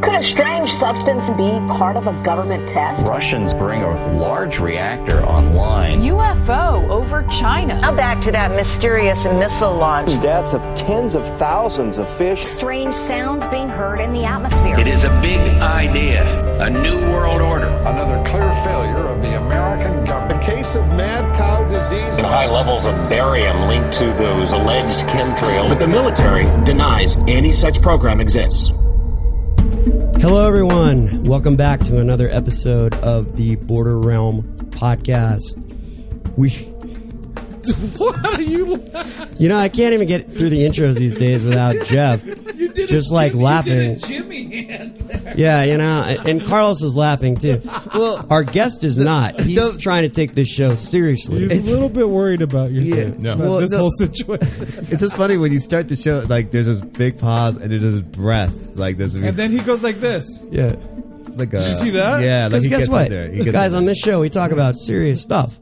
Could a strange substance be part of a government test? Russians bring a large reactor online. UFO over China. Now back to that mysterious missile launch. Stats of tens of thousands of fish. Strange sounds being heard in the atmosphere. It is a big idea, a new world order. Another clear failure of the American government. A case of mad cow disease. And high levels of barium linked to those alleged chemtrails. But the military denies any such program exists. Hello, everyone. Welcome back to another episode of the Border Realm podcast. We. What are you? You know, I can't even get through the intros these days without Jeff. You did just a like Jimmy, laughing. You did a Jimmy hand there. Yeah, you know, and- and Carlos is laughing too. Well, Our guest is not. He's don't- trying to take this show seriously. He's a little bit worried about your Yeah, thing, no. about Well, this no. whole situation. It's just funny when you start the show, like there's this big pause and there's this breath, like this. And then he goes like this. yeah. like a, you see that? Yeah, like Because he guess gets what? in there. He gets Guys, in on there. this show, we talk about serious stuff.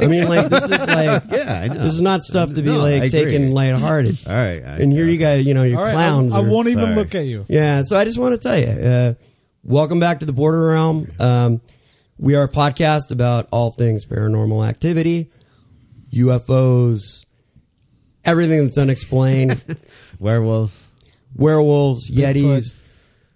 I mean, like, this is like, Yeah, I know. this is not stuff to be, No, I like, agree. taken lighthearted. All right, I- and here you guys, you know, you're All right, I- clowns. I, are- won't even Sorry. look at you. Yeah, so I just want to tell you, uh, welcome back to the Border Realm. Um, we are a podcast about all things paranormal activity, UFOs, everything that's unexplained, werewolves. werewolves, yetis,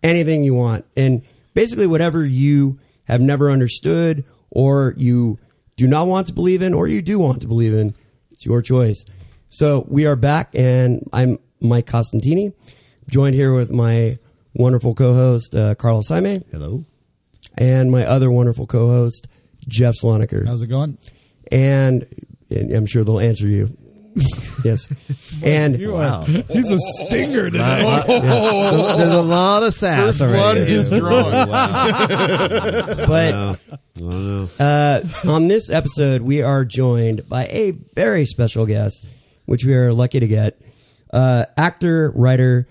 anything you want, and basically whatever you have never understood or you do not want to believe in, or you do want to believe in. It's your choice. So we are back, and I'm Mike Costantini, joined here with my wonderful co-host uh, Carlos Jaime Hello. and my other wonderful co-host Jeff Sloniker How's it going? and and I'm sure they'll answer you. yes, and Wow. He's a stinger today. There's there's a lot of sass First blood already. is drawn. Wow. but. I don't know. Uh, on this episode, we are joined by a very special guest, which we are lucky to get. Uh, actor, writer,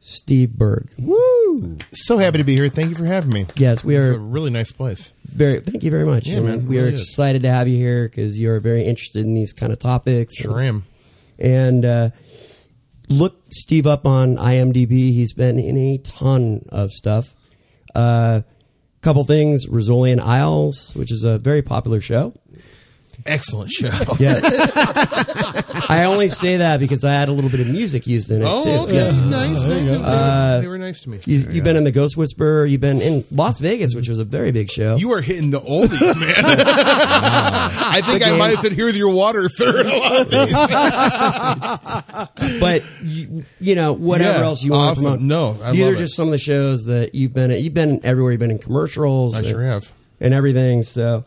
Steve Berg. Woo! So happy to be here. Thank you for having me. Yes, we It's a are really nice place. very. Thank you very much. Yeah, man, we are really is. excited to have you here because you are very interested in these kind of topics. Sure am. And uh, look Steve up on IMDb. He's been in a ton of stuff. A uh, couple things: Rizzolian Isles, which is a very popular show. Excellent show. Yeah. I only say that because I had a little bit of music used in it too. Oh, okay. Yes. Nice. nice. They, uh, were, they were nice to me. You, you've been in the Ghost Whisperer. You've been in Las Vegas, which was a very big show. You are hitting the oldies, man. I think I might have said, "Here's your water, sir." A lot of these. but you, you know whatever Yeah, else you want awesome. to promote. No, I these love are it. just some of the shows that you've been. at. You've been everywhere. You've been in commercials. I and, sure have. and everything. So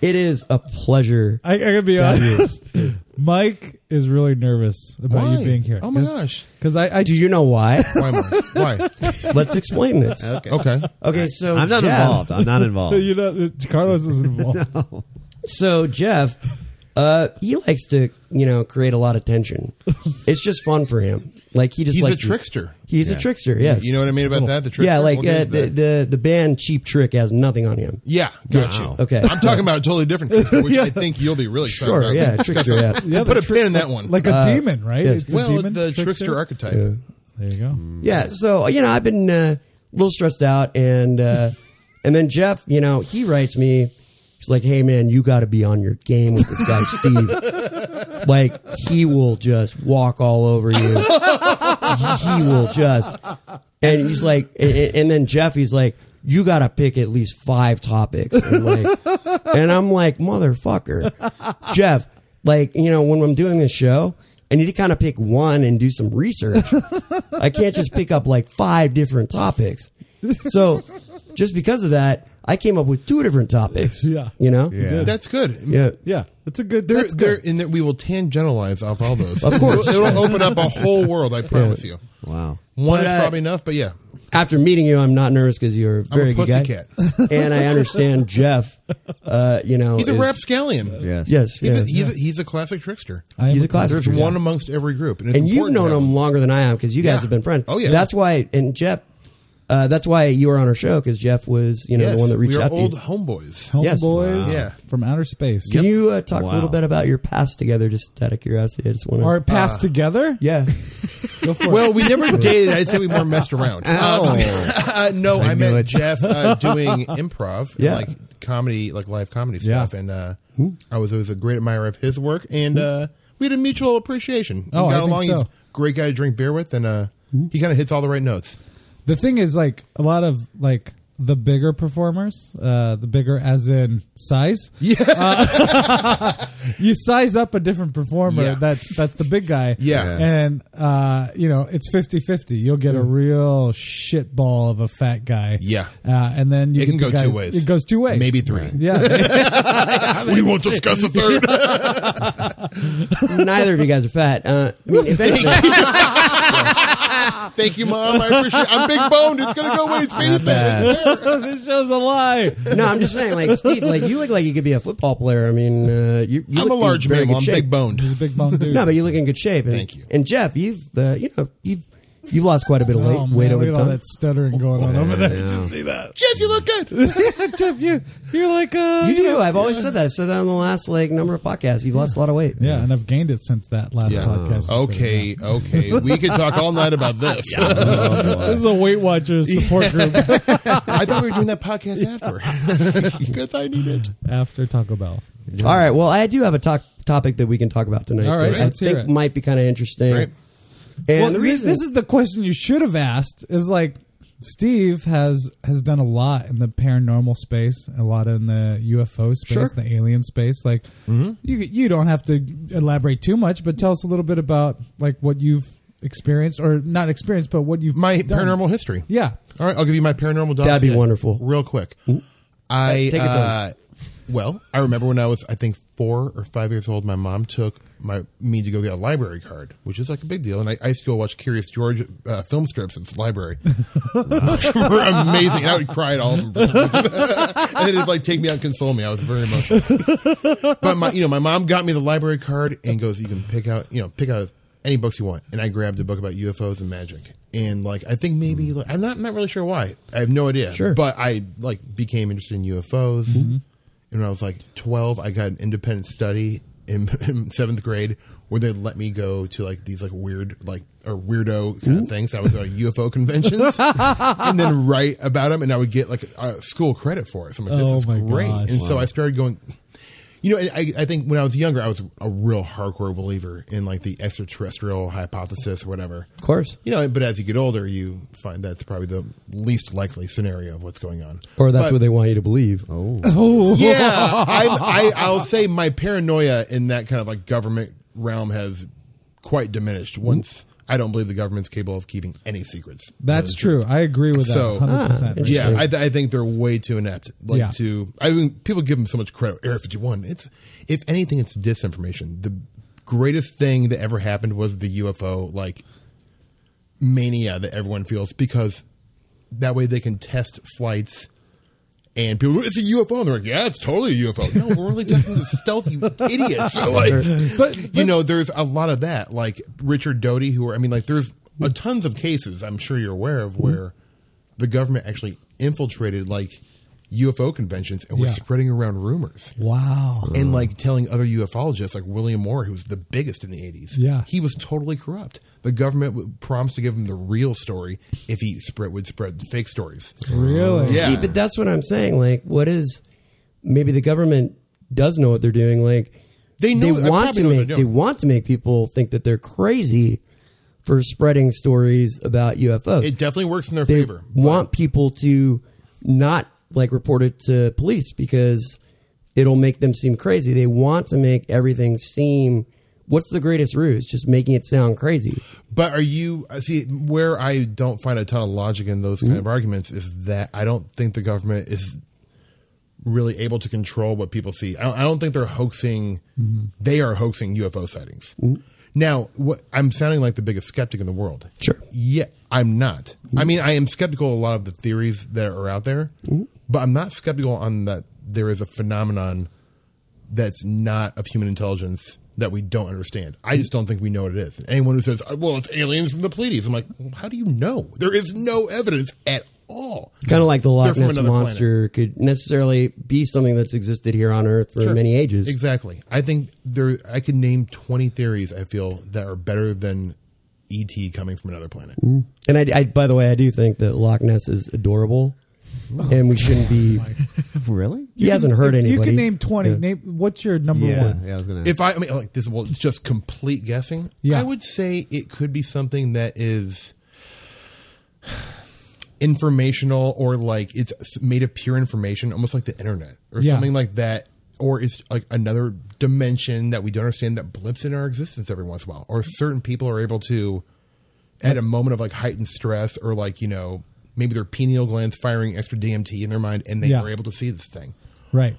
it is a pleasure. I, I gotta be honest. Mike is really nervous about Why? you being here. Oh my gosh. Because I, I Do you know why? Why? am I- Why? Let's explain this. Okay. Okay, so I'm not Jeff- involved. I'm not involved. you uh, know Carlos is involved. So Jeff, uh, he likes to you know create a lot of tension. It's just fun for him. Like he just He's likes a to- trickster. He's a trickster. Yes. You know what I mean about that? The trickster. yeah, like We'll uh, get to the, that. the the band Cheap Trick has nothing on him. Yeah, got Wow. you. Okay. I'm talking about a totally different trickster, which I think you'll be really excited Sure. about. Yeah, trickster. Yeah. Uh, Yeah, put a pin in that one. like a demon, right? yes. Mm. It's a well, demon the trickster, archetype. There you go. Yeah. So you know, I've been uh, a little stressed out, and uh, and then Jeff, you know, he writes me. He's like, "Hey man, you got to be on your game with this guy Steve. like he will just walk all over you. he will just." And he's like, and, and then Jeff, he's like. You gotta pick at least five topics, and, like, and I'm like, motherfucker, Jeff. Like, you know, when I'm doing this show, I need to kind of pick one and do some research. I can't just pick up like five different topics. So, just because of that, I came up with two different topics. Yeah. You know? Yeah. That's good. Yeah. Yeah, that's a good. There, That's good. there, and that we will tangentialize off all those. Of course. it'll, it'll open up a whole world. I promise you. Wow. One But, is uh, probably enough, but yeah, After meeting you, I'm not nervous because you're a I'm very a good guy. pussycat. And I understand Jeff, uh, you know. He's a is- rapscallion. Yes. Yes. He's, yeah. a, he's, a, he's a classic trickster. I am he's a with classic There's trickster. one amongst every group, and, it's and you've important to known have him longer than I am because you guys Yeah. have been friends. Oh, yeah. that's why. And Jeff, Uh, that's why you were on our show because Jeff was, you know, Yes, the one that reached we are out old to you. homeboys. Yes. Homeboys Wow. Yeah. from outer space. Can you uh, talk a Wow. little bit about your past together, just out of curiosity? I just want to. Our Uh, past together? Yeah. Well, we never dated. I'd say we more messed around. Oh, Uh, no, I, met Jeff uh, doing improv, and, Yeah. like comedy, like live comedy stuff, and uh, I was always a great admirer of his work, and uh, we had a mutual appreciation. We Oh, I got think along. He's so. a great guy to drink beer with, and uh, he kind of hits all the right notes. The thing is, like a lot of like the bigger performers, uh, the bigger as in size. Yeah, you size up a different performer. Yeah. That's that's the big guy. Yeah. and uh, you know it's 50-50. You'll get a Mm. real shit ball of a fat guy. Yeah. uh, and then you It get can the go guy- two ways. It goes two ways, Maybe three. Yeah, we won't discuss a third. Neither of you guys are fat. Uh, I mean, if anything, Thank you, mom. I appreciate. I'm big boned. It's gonna go away. It's baby fat. this show's a lie. no, I'm just saying, like Steve, like you look like you could be a football player. I mean, uh, you, you I'm look a in large very man. I'm good shape. big boned. He's a big bone dude. No, but you look in good shape. And, Thank you. And Jeff, you've uh, you know you've you've lost quite a bit of weight, Oh, weight man, over look the at all time. that stuttering going on over there. Yeah. Just see that. Jeff, you look good. Jeff, you you're like uh, You do. I've always said that. I said that on the last like number of podcasts. You've lost a lot of weight. Yeah, and I've gained it since that last podcast. Okay, okay. We could talk all night about this. this is a Weight Watchers support group I thought we were doing that podcast after. Good, I need it. after Taco Bell. All right. Well, I do have a talk- topic that we can talk about tonight. All right, that I let's hear think it. might be kind of interesting. All right. And well, the th- reason this is the question you should have asked. Is like Steve has has done a lot in the paranormal space, a lot in the UFO space, Sure. the alien space. Like Mm-hmm. you you don't have to elaborate too much, but tell us a little bit about like what you've experienced or not experienced, but what you've My done. paranormal history. Yeah, All right, I'll give you my paranormal. That'd be dossier wonderful. Mm. Real quick. I Take your time. uh, well, I remember when I was I think four or five years old. My mom took my me to go get a library card, which is like a big deal. And I, I used to go watch Curious George uh, film strips at the library, which were amazing. And I would cry at all of them. For some reason. and it'd like take me out and console me. I was very emotional. but my you know my mom got me the library card and goes, you can pick out you know pick out any books you want. And I grabbed a book about UFOs and magic. And like I think maybe like, I'm not I'm not really sure why. I have no idea. Sure. But I like became interested in UFOs. And when I was like 12, I got an independent study in, in seventh grade where they let me go to like these like weird like or weirdo kind of things. I would go to UFO conventions and then write about them, and I would get like uh, school credit for it. So I'm like, this Oh is my great. gosh. And so I started going. You know, and I, I think when I was younger, I was a real hardcore believer in like the extraterrestrial hypothesis or whatever. of course, You know, but as you get older, you find that's probably the least likely scenario of what's going on. or that's But- what they want you to believe. Oh, yeah, I'm, I, I'll say my paranoia in that kind of like government realm has quite diminished once I don't believe the government's capable of keeping any secrets. that's true. I agree with that. So- Ah, 100%. Yeah, I, th- I think they're way too inept. Like Yeah. to, I mean, people give them so much credit. Area Fifty One. It's if anything, it's disinformation. The greatest thing that ever happened was the UFO like mania that everyone feels because that way they can test flights. And people, go, it's a UFO, and they're like, "Yeah, it's totally a UFO." No, we're only testing the stealth, you idiots. So, like, you know, there's a lot of that. Like Richard Doty, who are, I mean, like, there's a tons of cases I'm sure you're aware of where the government actually infiltrated like UFO conventions and were Yeah. spreading around rumors Wow. and like telling other ufologists, like William Moore, who was the biggest in the eighties. Yeah. he was totally corrupt. The government w- promised to give him the real story if he spread would spread fake stories. Oh. Really? Yeah. See, but that's what I'm saying. Like, what is maybe the government does know what they're doing. Like, They know- I want probably to know what make they're they doing. want to make people think that they're crazy for spreading stories about UFOs. It definitely works in their they favor. but- want people to not like report it to police because it'll make them seem crazy. They want to make everything seem. What's the greatest ruse? Just making it sound crazy. But are you uh, see where I don't find a ton of logic in those kind of arguments is that I don't think the government is really able to control what people see. I don't, I don't think they're hoaxing. They are hoaxing UFO sightings. Now, what, I'm sounding like the biggest skeptic in the world. Sure. Yeah, I'm not. I mean, I am skeptical of a lot of the theories that are out there, but I'm not skeptical on that there is a phenomenon that's not of human intelligence that we don't understand. I just don't think we know what it is. Anyone who says, "Oh, "Well, it's aliens from the Pleiades," I'm like, well, "How do you know? There is no evidence at all. Kind of like the They're Loch from Ness another planet. monster could necessarily be something that's existed here on Earth for Sure. many ages. Exactly. I think there. I could name twenty theories. I feel that are better than ET coming from another planet. Mm. And I, I, by the way, I do think that Loch Ness is adorable, Oh and we shouldn't be. really? He hasn't hurt if anybody. You can name twenty. Yeah. Name what's your number one? If I, I mean, like this, well, it's just complete guessing. Yeah. I would say it could be something that is informational or like it's made of pure information, almost like the internet or Yeah. something like that. Or it's like another dimension that we don't understand that blips in our existence every once in a while. Or certain people are able to, at a moment of like heightened stress or like, you know, maybe their pineal glands firing extra DMT in their mind and they Yeah. were able to see this thing right.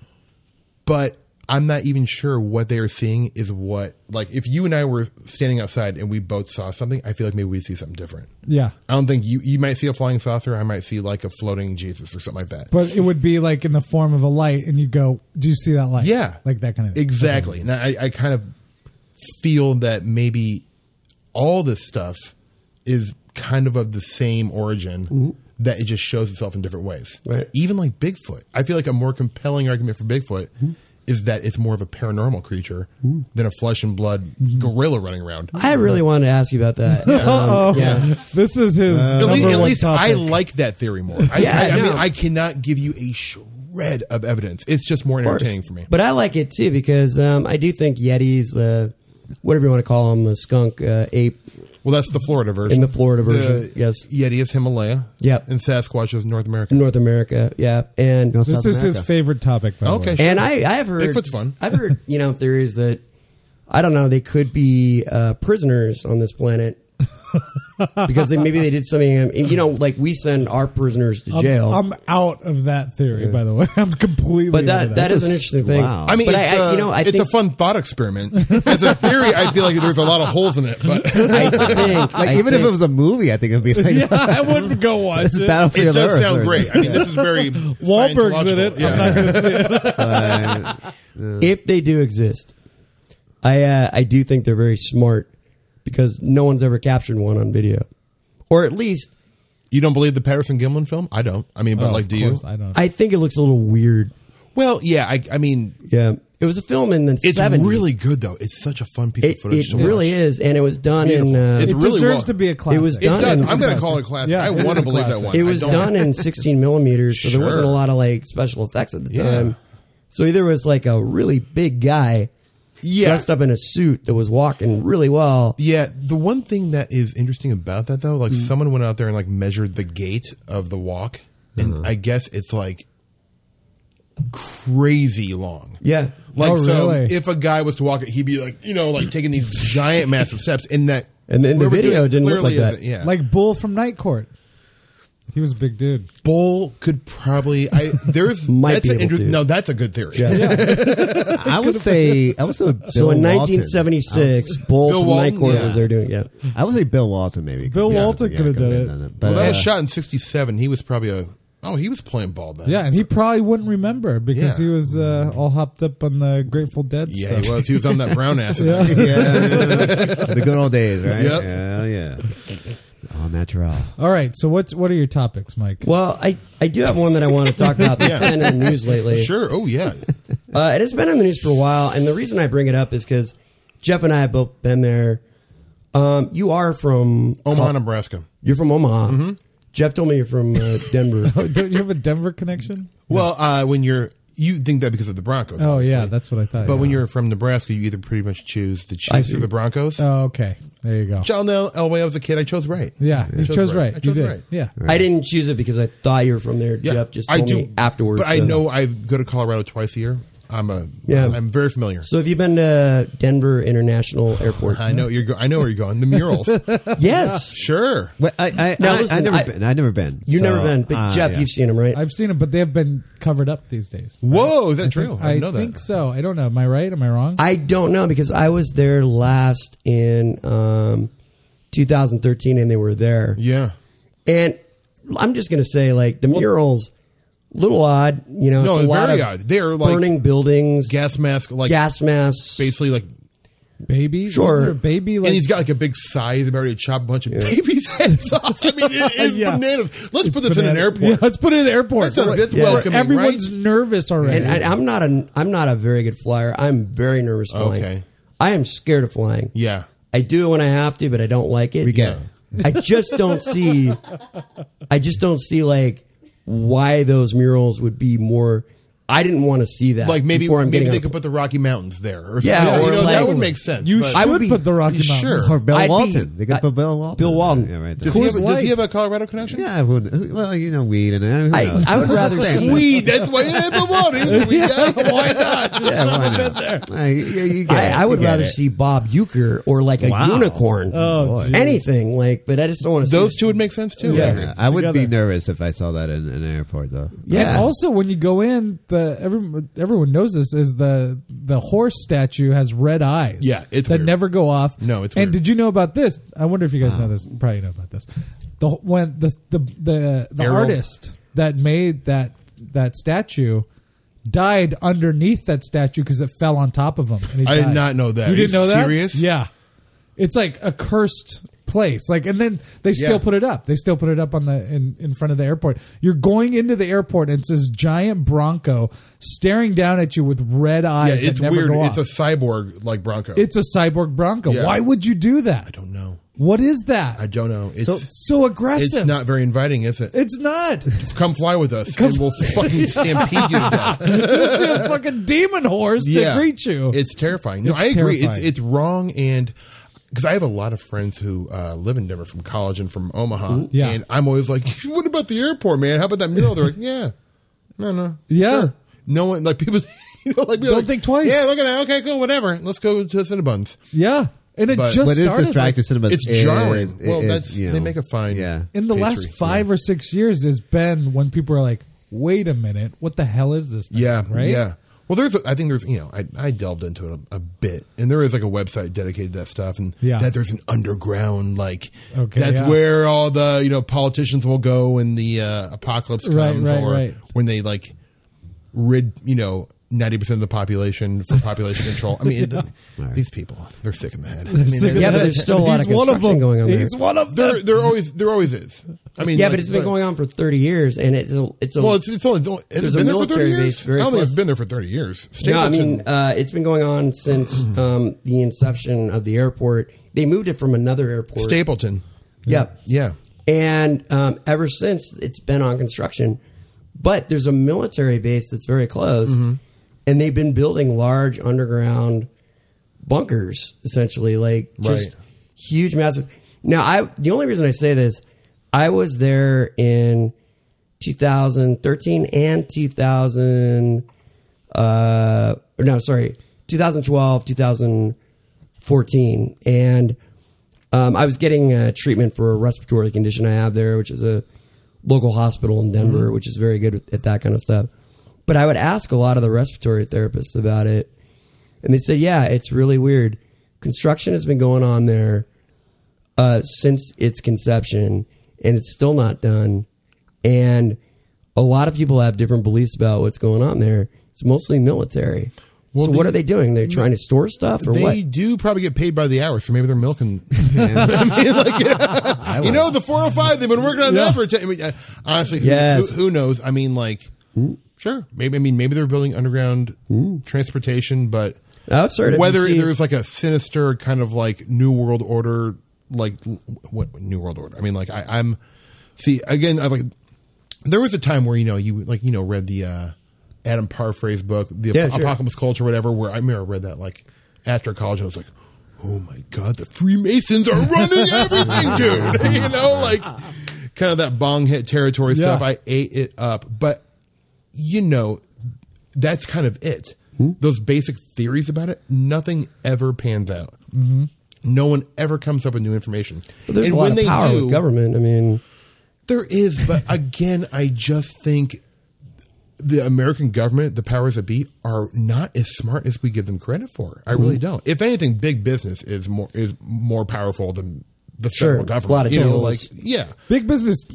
but I'm not even sure what they are seeing is what. Like, if you and I were standing outside and we both saw something, I feel like maybe we'd see something different. Yeah. I don't think you you might see a flying saucer. I might see like a floating Jesus or something like that. But it would be like in the form of a light, and you go, "Do you see that light?" Yeah, like that kind of thing. exactly. And I, I kind of feel that maybe all this stuff is kind of of the same origin. That it just shows itself in different ways. Mm-hmm. Right. Even like Bigfoot, I feel like a more compelling argument for Bigfoot Mm-hmm. is that it's more of a paranormal creature than a flesh and blood gorilla running around. Mm-hmm. I really wanted to ask you about that. Um, Uh oh. Yeah. This is his. Uh, at number least, at one least I topic. like that theory more. I, Yeah, I, I mean, no. I cannot give you a shred of evidence. It's just more course. entertaining for me. But I like it too because um, I do think Yetis, the whatever you want to call them, the skunk uh, ape. Well, that's the Florida version. In the Florida version, The yes. Yeti is Himalaya. Yep. And Sasquatch is North America. North America, yeah, and This is his favorite topic. By the Okay, way. sure. And I, I have heard Bigfoot's fun. I've heard you know theories that I don't know they could be uh, prisoners on this planet because they, maybe they did something. um, You know, like we send our prisoners to I'm- jail. I'm, out of that theory. By the way, I'm completely. but out that of that is That's an a- interesting thing. I mean, but it's, I- I- a, you know, I it's think, a fun thought experiment. As a theory, I feel like there's a lot of holes in it, but I Like think I even if think- it was a movie, I think it'd be like yeah, I wouldn't go watch It's it. Battlefield it does Earth sound or- great. I mean, this is very Wahlberg's in it. Yeah. I'm not going to see it. if they do exist, I uh, I do think they're very smart because no one's ever captured one on video, or at least You don't believe the Patterson Gimlin film? I don't. I mean, but Oh, like, of do you? course, I don't. I think it looks a little weird. Well, yeah. I, I mean, Yeah, it was a film in the it's 70s. really good though. It's such a fun piece It, of footage. it to watch. really is, and it was done Beautiful. in. Uh, It's it really deserves well- to be a classic. was It done does. in- I'm going to call it classic. Yeah, I it want is to a believe that classic. one. It I was don't- done in 16 millimeters, so Sure. there wasn't a lot of like special effects at the Yeah. time. So either it was like a really big guy Yeah. dressed up in a suit that was walking really well. Yeah, the one thing that is interesting about that though, like Mm. someone went out there and like measured the gait of the walk, and Uh-huh. I guess it's like crazy long. Yeah. Like Oh, so, really? if a guy was to walk it, he'd be like, you know, like taking these giant, massive steps. In that, And then the where we're video doing didn't look clearly like isn't- that. Yeah, Like Bull from Night Court. He was a big dude. Bull could probably. I there's Might that's be an able to. No, that's a good theory. I would say I would say Bill So in Walton. 1976, Bull Bill from Walton, Night Court yeah. was there doing yeah. I would say Bill Walton maybe. Bill Yeah, Walton yeah, could have done could've it. But well, that was uh, shot in '67. He was probably a. Oh, he was playing ball then. Yeah, and he probably wouldn't remember because Yeah. he was uh, all hopped up on the Grateful Dead Yeah, stuff. he was. He was on that brown acid. yeah, the good old days, right? Yep. Yeah, yeah. All natural. All right, so what what are your topics, Mike? Well, I, I do have one that I want to talk about that's been in the news lately. Sure. Oh yeah. Uh, and it's been on the news for a while. And the reason I bring it up is because Jeff and I have both been there. Um, you are from Omaha, Nebraska. You're from Omaha. Jeff told me you're from uh, Denver. Mm-hmm. Oh, Don't you have a Denver connection? Well, uh, when you're you think that because of the Broncos. Oh obviously. yeah, that's what I thought. But yeah. when you're from Nebraska, you either pretty much choose the I Chiefs see. or the Broncos. oh okay, there you go. John L. Elway, I was a kid. I chose right. Yeah, you chose chose right. right. I You chose did. right. Yeah. I didn't choose it because I thought you were from there. Jeff just told me afterwards. uh, But I so- know I go to Colorado twice a year. I'm a Yeah. I'm very familiar. So have you been to Denver International Airport? I know you're. Go- I know where you're going. The murals. yes. sure. Wait, I, I, Now, I, listen, I never I- been. I never been. You've so, never been, but uh, Oh, Jeff, yeah. you've seen him, right? I've seen them, but they've been covered up these days. Whoa, is that true? I, I didn't know that. think so. I don't know. Am I right? Am I wrong? I don't know because I was there last in um, 2013, and they were there. Yeah. And I'm just gonna say, like the murals, little odd. You know, No, it's a lot very of odd. They are, like, burning buildings, Gas mask, like gas masks. basically like baby. Sure. Wasn't there a baby. Like, and he's got like a big scythe about to chop a bunch of babies' heads off. I mean, it is Yeah. bananas. Let's put this in an banana- airport. Yeah, let's put it in an airport. That sounds this Yeah. welcoming, Everyone's right? nervous already. And I, I'm not a I'm not a very good flyer. I'm very nervous flying. Okay. I am scared of flying. Yeah. I do it when I have to, but I don't like it. We get it. I just don't see. I just don't see like why those murals would be more. I didn't want to see that. Like maybe Uh, before I'm maybe getting they on a could put the Rocky Mountains there. Or Yeah, something. or you know, like- that would make sense. You but- should put the Rocky Mountains. Sure. Or Bill I'd be- Walton. they could I- put Bill Walton. Bill Walton. Yeah, right there. Does he, have, Coors a- does he Light. have a Colorado connection? yeah, who, who, well, you know, weed and uh, who I- knows? I would rather Same. see- Weed. That's why. Yeah, but what? He's a weed guy. Why not? Just Yeah, shove why him in not? there. Uh, you- you get it. I, I would You get rather it. see Bob Euchre or like a Wow. unicorn, Oh, Or geez. anything like. But I just don't want to. Those see two would make sense too. Yeah. Yeah, I would be together. nervous if I saw that in, an airport, though. Yeah. And also, when you go in, the everyone everyone knows this is the the horse statue has red eyes. Yeah, it's that weird. never go off. No, it's and weird. did you know about this? I wonder if you guys know this. You probably know about this. The when the the the, the Errol. artist that made that that statue died underneath that statue because it fell on top of him. and he I did died. not know that. You Are didn't you know that? serious? Yeah, it's like a cursed place. Like, and then they still Yeah. put it up. They still put it up on the in, in front of the airport. You're going into the airport, and it's this giant bronco staring down at you with red Yeah, eyes. it's that never weird. Go It's a off. cyborg like Bronco. it's a cyborg bronco. Yeah. Why would you do that? I don't know. What is that? I don't know. It's so so aggressive. it's not very inviting, is it? It's not. You Come fly with us, and we'll fucking stampede you to death. see a fucking demon horse to greet you. It's terrifying. No, It's I agree. terrifying. It's it's wrong and because I have a lot of friends who uh, live in Denver from college and from Omaha, yeah. and I'm always like, "What about the airport, man? How about that mural?" They're like, "Yeah, no, no, Yeah. no one like people." You know, like, people are Don't like, think twice. Yeah, look at that. Okay, cool, whatever. Let's go to Cinnabons. yeah, and it But- just But it started, is like, distracting cinema. It's jarring. Well, that's- they make a fine- Yeah. in the Patriot, last five or six years has been when people are like, wait a minute, what the hell is this? Thing? Yeah, right. Yeah. Well, there's, I think there's, you know, I, I delved into it a, a bit, and there is like a website dedicated to that stuff, and Yeah. that there's an underground, like, Okay, that's yeah. where all the, you know, politicians will go when the uh, apocalypse comes, Right, right, or right. when they like rid, you know, ninety percent of the population for population control. I mean, it- these people, they're sick in the head. I mean, Sick they- of Yeah, but that. there's still a lot He's of one construction them. going on there. He's one of there, them. there always, there always is. I mean, yeah, like, but it's been going on for 30 years, and it's a it's a Well, it's, it's only, it's only has There's it a been there for thirty military base years. I very don't think close. it's been there for thirty years. no. I Stapleton, mean, uh, it's been going on since um, the inception of the airport. They moved it from another airport. Stapleton, Yep. yeah. And um, ever since, it's been on construction. But there's a military base that's very close, and they've been building large underground bunkers, essentially, like just Right. huge, massive. Now, I the only reason I say this, I was there in 2013 and 2000. Uh, or no, sorry, 2012, 2014, and um, I was getting uh, treatment for a respiratory condition I have there, which is a local hospital in Denver, which is very good at that kind of stuff. But I would ask a lot of the respiratory therapists about it, and they said, "Yeah, it's really weird. Construction has been going on there uh, since its conception, and it's still not done. And a lot of people have different beliefs about what's going on there. It's mostly military. so what they- are they doing? They're trying to store stuff or they what? do probably get paid by the hour, so maybe they're milking. I mean, like, you know, the 405, they've been working on that for a time. I mean, uh, honestly, who, Yes. who, who knows? I mean, like, sure. Maybe, I mean, maybe they're building underground transportation, but I've started to whether see- there's like a sinister kind of like New World Order, like, l- what New World Order? I mean, like, I, I'm, see, again, I like, there was a time where, you know, you like, you know, read the, uh, Adam Parfrey's book, The Yeah, Ap- sure. Apocalypse Culture, whatever, where I remember I read that like after college, I was like, oh my God, the Freemasons are running everything, dude. you know, like kind of that bong hit territory stuff. Yeah. I ate it up. But, you know, that's kind of it. Hmm? Those basic theories about it, nothing ever pans out. No one ever comes up with new information. Mm-hmm. But there's a lot of power with government. I mean, There is, but again, I just think the American government, the powers that be, are not as smart as we give them credit for. I Mm-hmm. really don't. If anything, big business is more is more powerful than the Sure, federal a government. lot of you know, like tools. yeah, Big business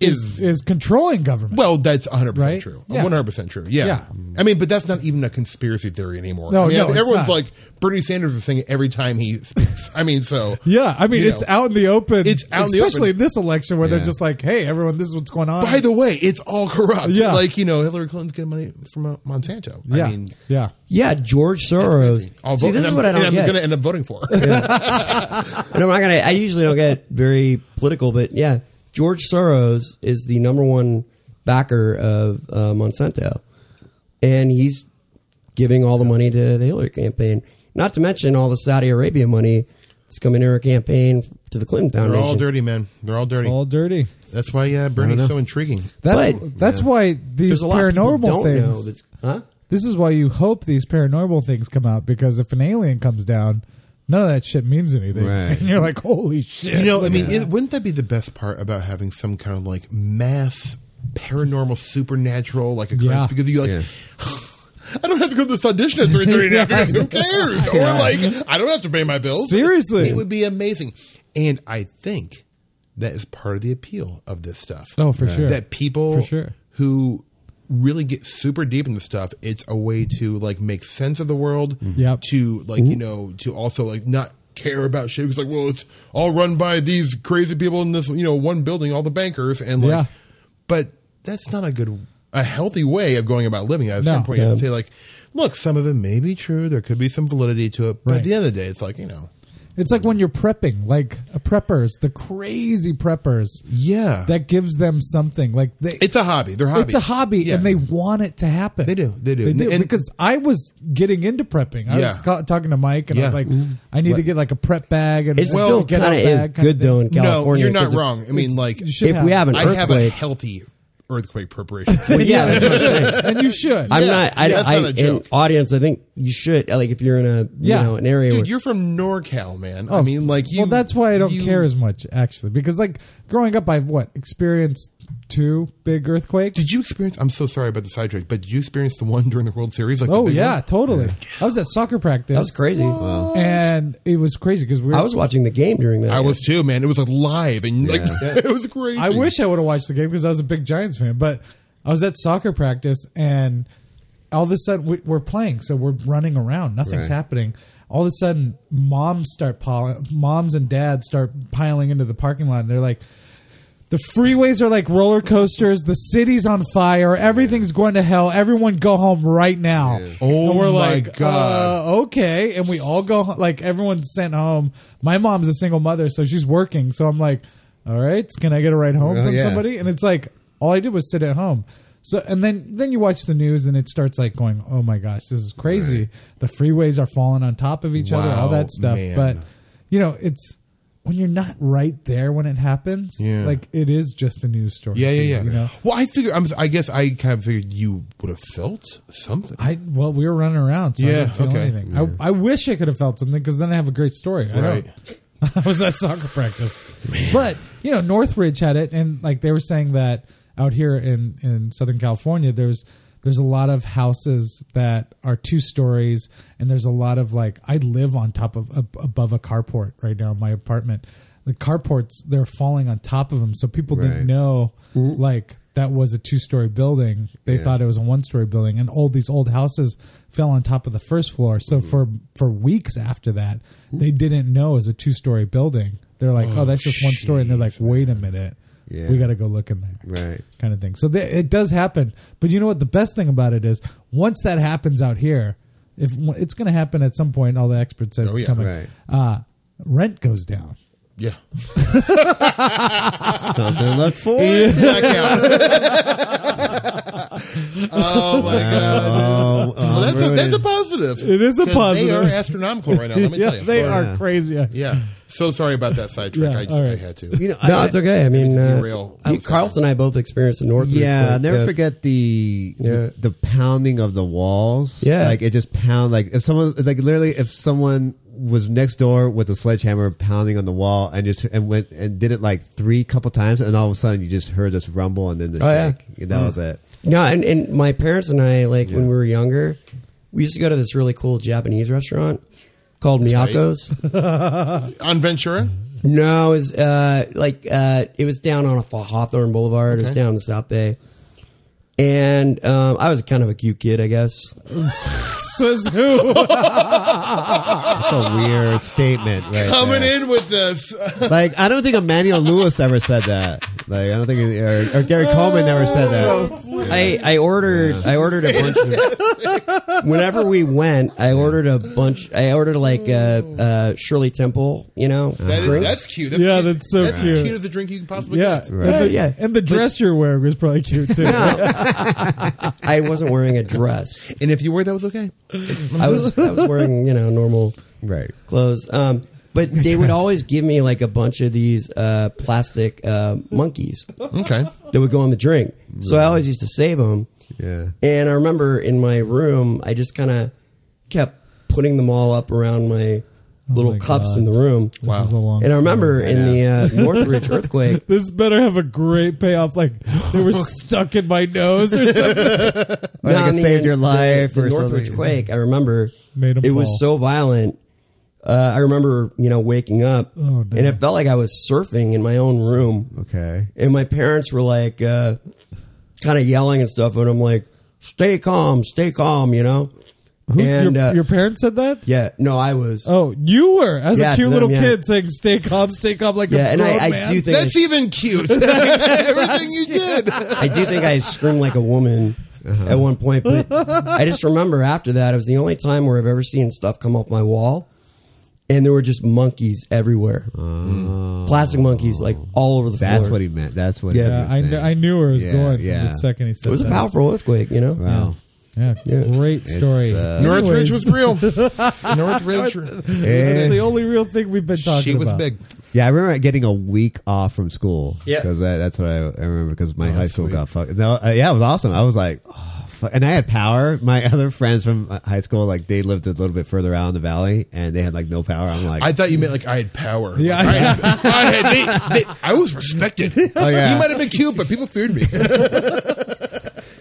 is is controlling government. Well, that's 100% true. Yeah. 100% true. Yeah. Yeah. I mean, but that's not even a conspiracy theory anymore. No, I mean, no, it's everyone's not. like Bernie Sanders is saying it every time he speaks. I mean, so Yeah, I mean you it's know. out in the open. It's out in the especially open. this election where Yeah. they're just like, "Hey, everyone, this is what's going on." By the way, it's all corrupt. Yeah. Like, you know, Hillary Clinton's getting money from uh, Monsanto. yeah, I mean, yeah, Yeah, George Soros. I'll See, vote- and this is I'm- what I don't and I'm get. going to end up voting for. And I'm not gonna. I usually don't get very political, but yeah, George Soros is the number one backer of uh, Monsanto, and he's giving all the money to the Hillary campaign. Not to mention all the Saudi Arabia money that's coming to her campaign to the Clinton They're Foundation. all dirty, man. They're all dirty. all dirty. That's why yeah, Bernie's know. so intriguing. That's But- that's why these There's a lot of people paranormal don't know things. that's- huh? This is why you hope these paranormal things come out because if an alien comes down, none of that shit means anything, Right. and you're like, "Holy shit!" You know, I Look mean, at it, wouldn't that be the best part about having some kind of like mass paranormal supernatural like occurrence? Yeah. Because you like. I don't have to go to this audition at three thirty in the afternoon. Who cares? Or like, I don't have to pay my bills. Seriously. it would be amazing. And I think that is part of the appeal of this stuff. Oh, for sure. That people For sure. who really get super deep into stuff, it's a way to like make sense of the world. Yep. To like you know to also like not care about shit because like well it's all run by these crazy people in this you know one building all the bankers and like Yeah. but that's not a good a healthy way of going about living at some No. point you have to Yeah. say like look some of it may be true there could be some validity to it but at Right. the end of the day it's like you know It's like when you're prepping, like uh, preppers, the crazy preppers. Yeah. That gives them something. Like they, It's a hobby. They're hobbies. It's a hobby, Yeah. and they want it to happen. They do. They do. They do. And- because I was getting into prepping. I was Yeah. ca- talking to Mike, and I was Yeah. like, I need to get like a prep bag, and and It still get kind of out is bag kinda good though thing. in no California. you're not 'cause if- wrong i mean it's- like you should If we have an i have a earthquake, healthy earthquake preparation well, yeah, that's what I'm saying. and you should. I'm Yeah, not. I, that's I, not a in joke. audience, I think you should like if you're in a Yeah. you know an area. dude where, you're from norcal man i mean like you Oh, well, that's why I don't you- care as much actually, because like growing up, I've what experienced two big earthquakes. did you experience i'm so sorry about the sidetrack but did you experience the one during the world series like the Oh big yeah, one? totally. I was at soccer practice. that's crazy. and it was crazy because we were, I was watching the game during that. I was too, man. It was like live and like Yeah. it was crazy. I wish I would have watched the game because I was a big Giants fan. But I was at soccer practice, and all of a sudden we, we're playing, so we're running around. Nothing's Right. happening. All of a sudden, moms start pol- moms and dads start piling into the parking lot, and they're like. The freeways are like roller coasters. The city's on fire. Everything's going to hell. Everyone go home right now. Oh and we're my like, God. Uh, okay. And we all go ho- like everyone's sent home. My mom's a single mother, so she's working. So I'm like, all right, can I get a ride home Oh, from yeah. somebody? And it's like all I did was sit at home. So and then then you watch the news and it starts like going, oh my gosh, this is crazy. The freeways are falling on top of each other, all Wow, that stuff. man. But you know, it's when you're not right there when it happens, Yeah. like it is just a news story. Yeah, to yeah, you, yeah. You know, Well, I figure. I'm, I guess I kind of figured you would have felt something. I well, we were running around, so I Yeah, didn't feel okay. anything. I, I wish I could have felt something because then I have a great story. I Right. don't. I was at soccer practice, but you know Northridge had it, and like they were saying that out here in in Southern California, there's there's a lot of houses that are two stories, and there's a lot of like I live on top of ab- above a carport right now in my apartment. The carports they're falling on top of them, so people Right. didn't know like that was a two story building. They thought it was a one story building, and all these old houses fell on top of the first floor. So for for weeks after that, they didn't know it was a two story building. They're like, oh, that's just one story, and they're like, wait a minute, Yeah. we got to go look in there, Right. Kind of thing. So th- it does happen, but you know what? The best thing about it is once that happens out here, if it's going to happen at some point, all the experts said Oh, it's yeah. coming. Right. Uh, rent goes down. yeah. Something to look for. Black out. oh my god. Oh, oh, Well, that's a, ruined. that's a positive. It is a 'Cause positive. They are astronomical right now. Let me yeah, tell you. they Or- are crazy. Yeah. Yeah. So sorry about that sidetrack. Yeah, I just all I right. had to. you know, no, I, it's okay. I mean, It's uh, derail. you- Carlson and I both experienced the North. Yeah, I'll never uh, forget the, Yeah. the the pounding of the walls. Yeah. like it just pound like if someone like literally if someone was next door with a sledgehammer pounding on the wall and just and went and did it like three couple times and all of a sudden you just heard this rumble and then the Oh, yeah. shake. And that was it. No, and, and my parents and I, like when we were younger, we used to go to this really cool Japanese restaurant called Miyako's. On Ventura? No, it was uh, like uh, it was down on Hawthorne Boulevard. It was Okay. down in the South Bay, and um, I was kind of a cute kid, I guess. Says who? That's a weird statement, right? Coming there. in with this. Like, I don't think Emmanuel Lewis ever said that. Like, I don't think, or, or Gary Coleman never said that. I, I ordered I ordered a bunch of whenever we went I ordered a bunch I ordered like a, uh Shirley Temple you know That is- drinks. that's cute. That's Yeah, cute. that's so that's cute. That's cute as a drink you can possibly yeah. get. And the, Yeah. And the dress you're wearing was probably cute too. I wasn't wearing a dress And if you were, that was okay. I was I was wearing you know normal Right. clothes um but they would always give me like a bunch of these uh, plastic uh, monkeys Okay. that would go on the drink so I always used to save them Yeah. And I remember in my room, I just kind of kept putting them all up around my little Oh my cups God. in the room. This Wow. is a long and I remember story. in the uh, Northridge earthquake, This better have a great payoff. Like they were stuck in my nose or something. Or like No, it I mean, saved your the- life the or Northridge something. quake. I remember Made 'em it was fall. so violent. Uh, I remember, you know, waking up, Oh, no. and it felt like I was surfing in my own room. Okay. And my parents were like, uh, kind of yelling and stuff, and I'm like, "Stay calm, stay calm," you know. Who- and your, uh, your parents said that? yeah, no, I was. Oh, you were as Yeah, a to cute them, little yeah. kid saying "Stay calm, stay calm," like Yeah, a and grown I- I man. do think- That's even cute. Everything you did. I do think I screamed like a woman Uh-huh. at one point, but I just remember after that it was the only time where I've ever seen stuff come off my wall, and there were just monkeys everywhere, plastic monkeys like all over the floor. Oh. That's what he meant. That's what Yeah, he yeah, was I, saying. kn- I knew where it was Yeah, going yeah. from the second he said It was a that. powerful earthquake, you know. Wow. Yeah, great It's, story. uh, Northridge Anyways, was real. Northridge. Eh. It's the only real thing we've been talking She was about. big. Yeah, I remember getting a week off from school. Yeah. because that's what I, I remember. Because my high Oh, that's school sweet. got fucked. No, uh, yeah, it was awesome. I was like, oh, fuck. and I had power. My other friends from uh, high school, like they lived a little bit further out in the valley, and they had like no power. I'm like, I thought you meant like I had power. Yeah. Like, I, had, I, had- they- they- I was respected. Oh, yeah. You might have been cute, but people feared me.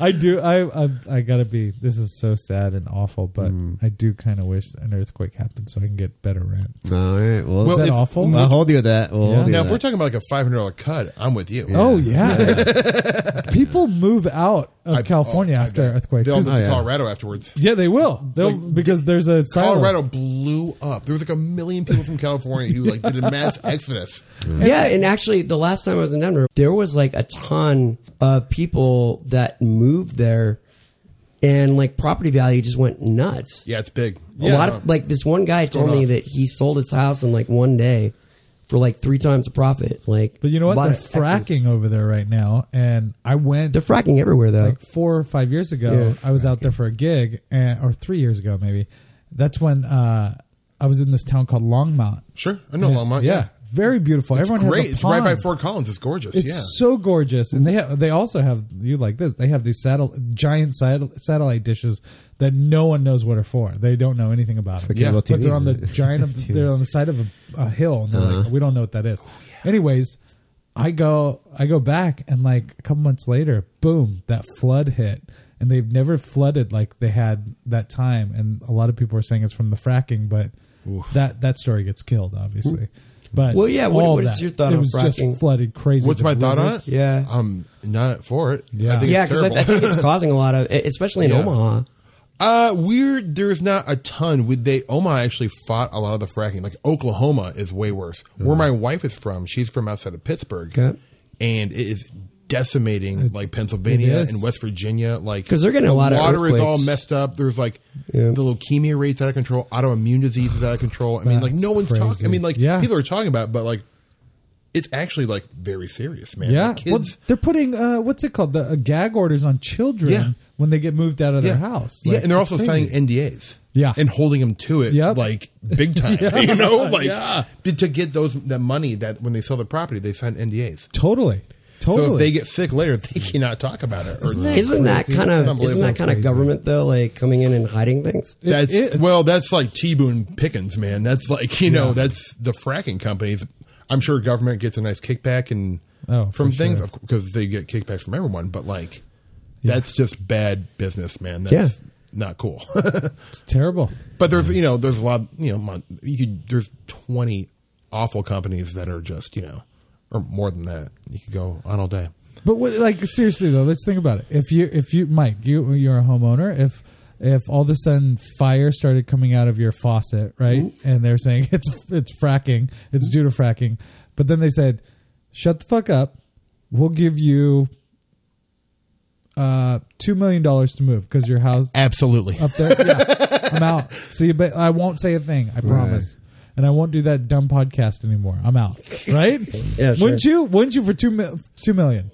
I do. I I, I gotta be. This is so sad and awful, but Mm. I do kind of wish an earthquake happened so I can get better rent. all right, well, Well, Is that if- awful? I'll hold you to that. We'll Yeah. hold you now, if to we're that. talking about like a five hundred dollar cut, I'm with you. Oh yeah, people move out of California oh, I after bet. earthquake. They'll 'Cause- move to yeah. Colorado afterwards. yeah, they will. They'll Like, because there's a silent- Colorado blew up. There was like a million people from California who like did a mass exodus. Yeah, and actually, the last time I was in Denver, there was like a ton of people that moved there, and like property value just went nuts. Yeah, it's big. A lot of like this one guy told going me on? that he sold his house in like one day for like three times the profit. Like, But you know what? a lot They're of extras. fracking over there right now, and I went They're fracking everywhere though. like four or five years ago. Yeah. I was out there for a gig, and, or three years ago maybe. That's when uh, I was in this town called Longmont. sure. I know Oh, Longmont. yeah, very beautiful. It's Everyone great. has a It's pond. right by Fort Collins. It's gorgeous. It's yeah. so gorgeous, and they ha- they also have you like this. They have these satel- giant satel- satellite dishes that no one knows what are for. They don't know anything about it. Yeah. cable but they're TV. on the giant. Of, they're on the side of a, a hill, and they're Uh-huh. like, we don't know what that Oh, is. Anyways, I go I go back, and like a couple months later, boom, that flood hit. And they've never flooded like they had that time, and a lot of people are saying it's from the fracking, but that that story gets killed, obviously. But Well, yeah, what- all what is that. your thought it on was fracking? Just flooded crazy. What's The my thought on rivers- it? Yeah. I'm not for it. Yeah. I think yeah, it's because I, terrible. I think it's causing a lot of, e, especially in Yeah. Omaha. Uh, weird. There's not a ton. With they Omaha actually fought a lot of the fracking. Like Oklahoma is way worse. Where my wife is from, she's from outside of Pittsburgh, Okay. and it is decimating like Pennsylvania it is. and West Virginia. Like 'Cause they're getting the a lot of water is all earthquakes. messed up. There's like the leukemia rates out of control, autoimmune disease is out of control. I mean, like no That's one's talking. crazy. I mean, like Yeah. people are talking about, it, but like it's actually like very serious, man. Yeah, Like, well, kids. they're putting uh, what's it called the uh, gag orders on children Yeah. when they get moved out of yeah. their house. yeah, Like, and they're it's also crazy. signing NDAs. Yeah. and holding them to it, Yep. like big time. Yeah. You know, like Yeah. be- to get those that money that when they sell the property, they sign NDAs. totally, totally. So if they get sick later, they cannot talk about it. Or Isn't that crazy? kind of It's isn't that kind of crazy. government though? Like coming in and hiding things. It- that's it's- well, that's like T Boone Pickens, man. That's like you know, Yeah. that's the fracking companies. I'm sure government gets a nice kickback and Oh, from for things sure. because they get kickbacks from everyone. But like, that's just bad business, man. That's Yeah. not cool. it's terrible. But there's you know there's a lot you know mon- you could, there's twenty awful companies that are just you know, or more than that. You could go on all day. But what, like seriously though, let's think about it. If you if you Mike, you you're a homeowner. If if all of a sudden fire started coming out of your faucet, right? Mm-hmm. And they're saying it's it's fracking, it's due to fracking. But then they said, "Shut the fuck up. We'll give you uh, two million dollars to move because your house absolutely up there. Yeah, I'm out. See, but I won't say a thing. I promise." Right and I won't do that dumb podcast anymore. I'm out. Right? sure. yeah, Wouldn't you? Wouldn't you for two mil- two million?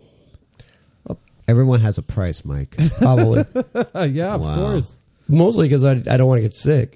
Everyone has a price, Mike. Probably. Uh, yeah, wow. of course. Mostly because I, I don't want to get sick.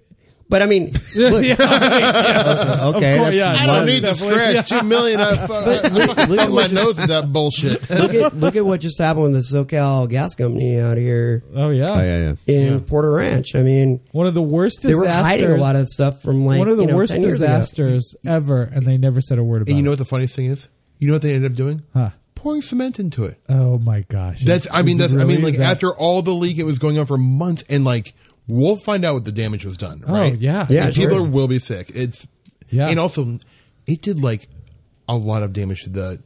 But I mean, look, yeah, yeah. okay. Course, yeah, I don't need the scratch. Two million. I, fu- I, look, I look my just, nose with that bullshit. look at look at what just happened with the SoCal gas company out here. Oh yeah, oh, yeah, yeah. in Porter Ranch. I mean, one of the worst. They were hiding a lot of stuff from like one of the you know, worst disasters ever, and they never said a word about. And you know what the funniest thing is? You know what they ended up doing? Huh pouring cement into it. Oh my gosh! That's I mean that's really I mean like that? after all the leak it was going on for months and like we'll find out what the damage was done. Right? Oh yeah, yeah. Sure. People will be sick. It's yeah, and also it did like a lot of damage to the.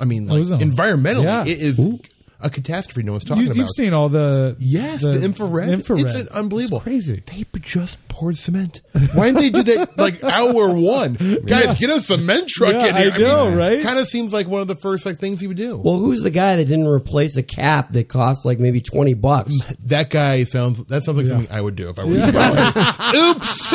I mean, like, Ozone. environmentally, yeah. it is. Ooh. A catastrophe no one's talking you, about. You've seen all the yes, the, the infrared. infrared. It's unbelievable. It's crazy. They just poured cement. Why didn't they do that like hour one? Guys, yeah. get a cement truck yeah, in here. I, I know, mean, right? Kind of seems like one of the first like things he would do. Well, who's the guy that didn't replace a cap that cost like maybe twenty bucks? That guy sounds. That sounds like yeah. something I would do if I was. Oops.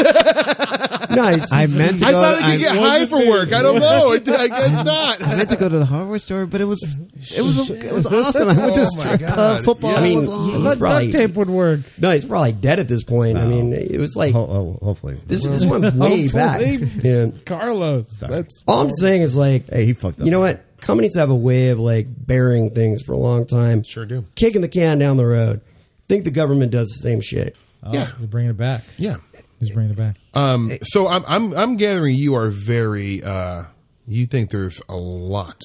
nice. I meant to. I go, thought I could get high for work. I don't know. It, I guess not. I meant to go to the hardware store, but it was it was a, it was awesome. I went Oh to strip club, football. I mean, awesome. duct tape would work. No, he's probably dead at this point. Wow. I mean, it was like Ho- hopefully this this went way back. yeah. Carlos, Sorry. that's all I'm saying is like, hey, he fucked up. You know what? Companies have a way of like burying things for a long time. Sure do. Kicking the can down the road. Think the government does the same shit. Oh, yeah, you're bringing it back. Yeah, he's bringing it back. Um, so I'm I'm I'm gathering you are very uh, you think there's a lot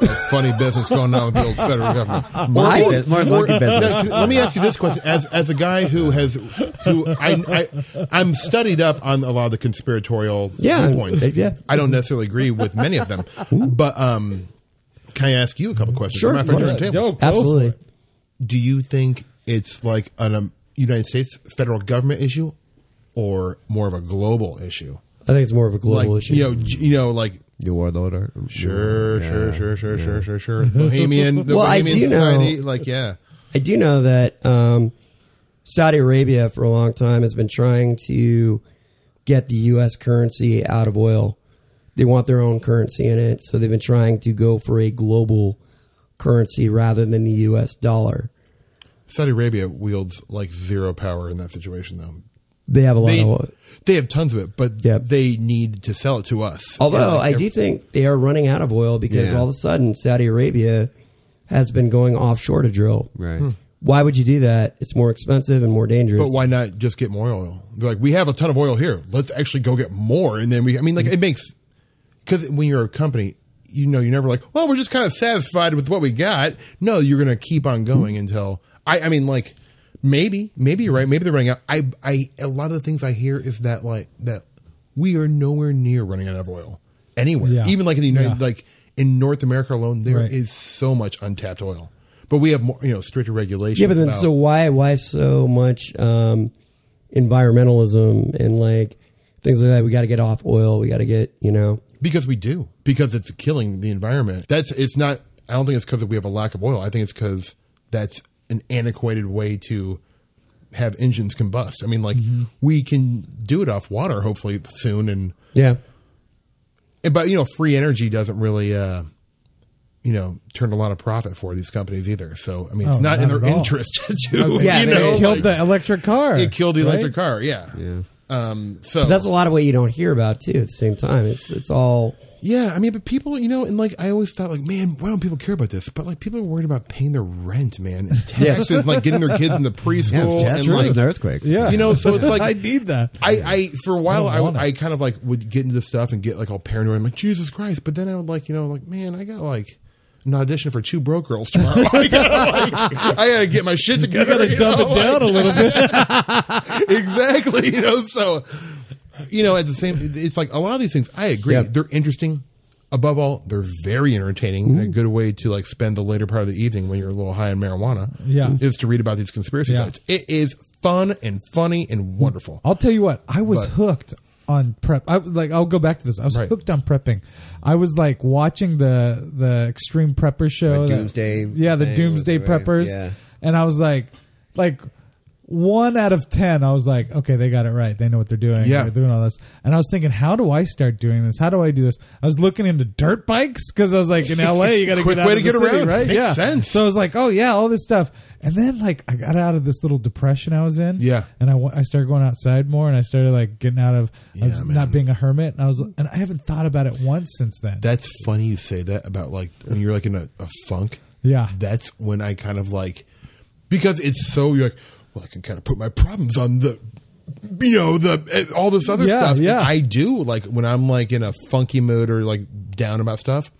of funny business going on with the old federal government. More, I, more, more, more business. Let me ask you this question: as as a guy who has who I, I am studied up on a lot of the conspiratorial yeah, viewpoints. Yeah, I don't necessarily agree with many of them, but um, can I ask you a couple questions? Sure, no, absolutely. Do you think it's like an um, United States federal government issue or more of a global issue? I think it's more of a global like, issue. You know, you know, like New World Order. Sure, yeah, sure, sure, sure, yeah. sure, sure, sure. Bohemian, the well, Bohemian I do Society, know, like yeah. I do know that um, Saudi Arabia for a long time has been trying to get the U.S. currency out of oil. They want their own currency in it, so they've been trying to go for a global currency rather than the U.S. dollar. Saudi Arabia wields like zero power in that situation, though. They have a lot they, of They have tons of it, but yep. they need to sell it to us. Although yeah. I do think they are running out of oil because yeah. all of a sudden Saudi Arabia has been going offshore to drill. Right. Hmm. Why would you do that? It's more expensive and more dangerous. But why not just get more oil? They're like, we have a ton of oil here. Let's actually go get more. And then we, I mean, like, it makes, because when you're a company, you know, you're never like, well, we're just kind of satisfied with what we got. No, you're going to keep on going mm-hmm. until I, I mean, like maybe, maybe you're right. Maybe they're running out. I, I, a lot of the things I hear is that like that we are nowhere near running out of oil anywhere. Yeah. Even like in the United, yeah. like in North America alone, there right. is so much untapped oil. But we have more, you know, stricter regulations. Yeah, but then about- so why, why so much um, environmentalism and like things like that? We got to get off oil. We got to get, you know, because we do because it's killing the environment. That's it's not. I don't think it's because we have a lack of oil. I think it's because that's an antiquated way to have engines combust. I mean, like mm-hmm. we can do it off water, hopefully soon, and yeah. And, but you know, free energy doesn't really, uh, you know, turn a lot of profit for these companies either. So I mean, it's oh, not, not, in their interest to, okay. yeah, you know, it killed like, the electric car. It killed the right? electric car. Yeah. Yeah. Um, so but that's a lot of what you don't hear about too. At the same time, it's it's all yeah. I mean, but people, you know, and like I always thought, like, man, why don't people care about this? But like, people are worried about paying their rent, man, and taxes, yes. like getting their kids into preschool. Yeah, that's and, true. Like, an earthquake. Yeah, you know, so it's like I need that. I, I for a while, I, I, I, kind of like would get into this stuff and get like all paranoid. I'm like, Jesus Christ! But then I would like, you know, like, man, I got like an audition for two broke girls tomorrow. I, gotta, like, I gotta get my shit together. You gotta dumb you know? it down like, a little bit. exactly. You know, so you know, at the same, it's like a lot of these things. I agree. Yeah. They're interesting. Above all, they're very entertaining. Mm-hmm. and A good way to like spend the later part of the evening when you're a little high on marijuana. Yeah. is to read about these conspiracy Yeah. sites. It is fun and funny and wonderful. I'll tell you what, I was But- hooked on prep. I like I'll go back to this. I was Right. hooked on prepping. I was like watching the the extreme prepper show, The that- Doomsday yeah, the thing doomsday was very- preppers, yeah. and I was like, like. One out of ten, I was like, okay, they got it right. They know what they're doing. Yeah. They're doing all this. And I was thinking, how do I start doing this? How do I do this? I was looking into dirt bikes because I was like, in LA, you got to Quick get out way of to the get city, around. right? Makes yeah. sense. So I was like, oh yeah, all this stuff. And then like I got out of this little depression I was in. Yeah. And I, wa- I started going outside more and I started like getting out of I was not being a hermit. And I was and I haven't thought about it once since then. That's funny you say that about like when you're like in a, a funk. Yeah. That's when I kind of like because it's so you're like, well, I can kind of put my problems on the you know, the eh, all this other Yeah, stuff. And yeah. I do like when I'm like in a funky mood or like down about stuff.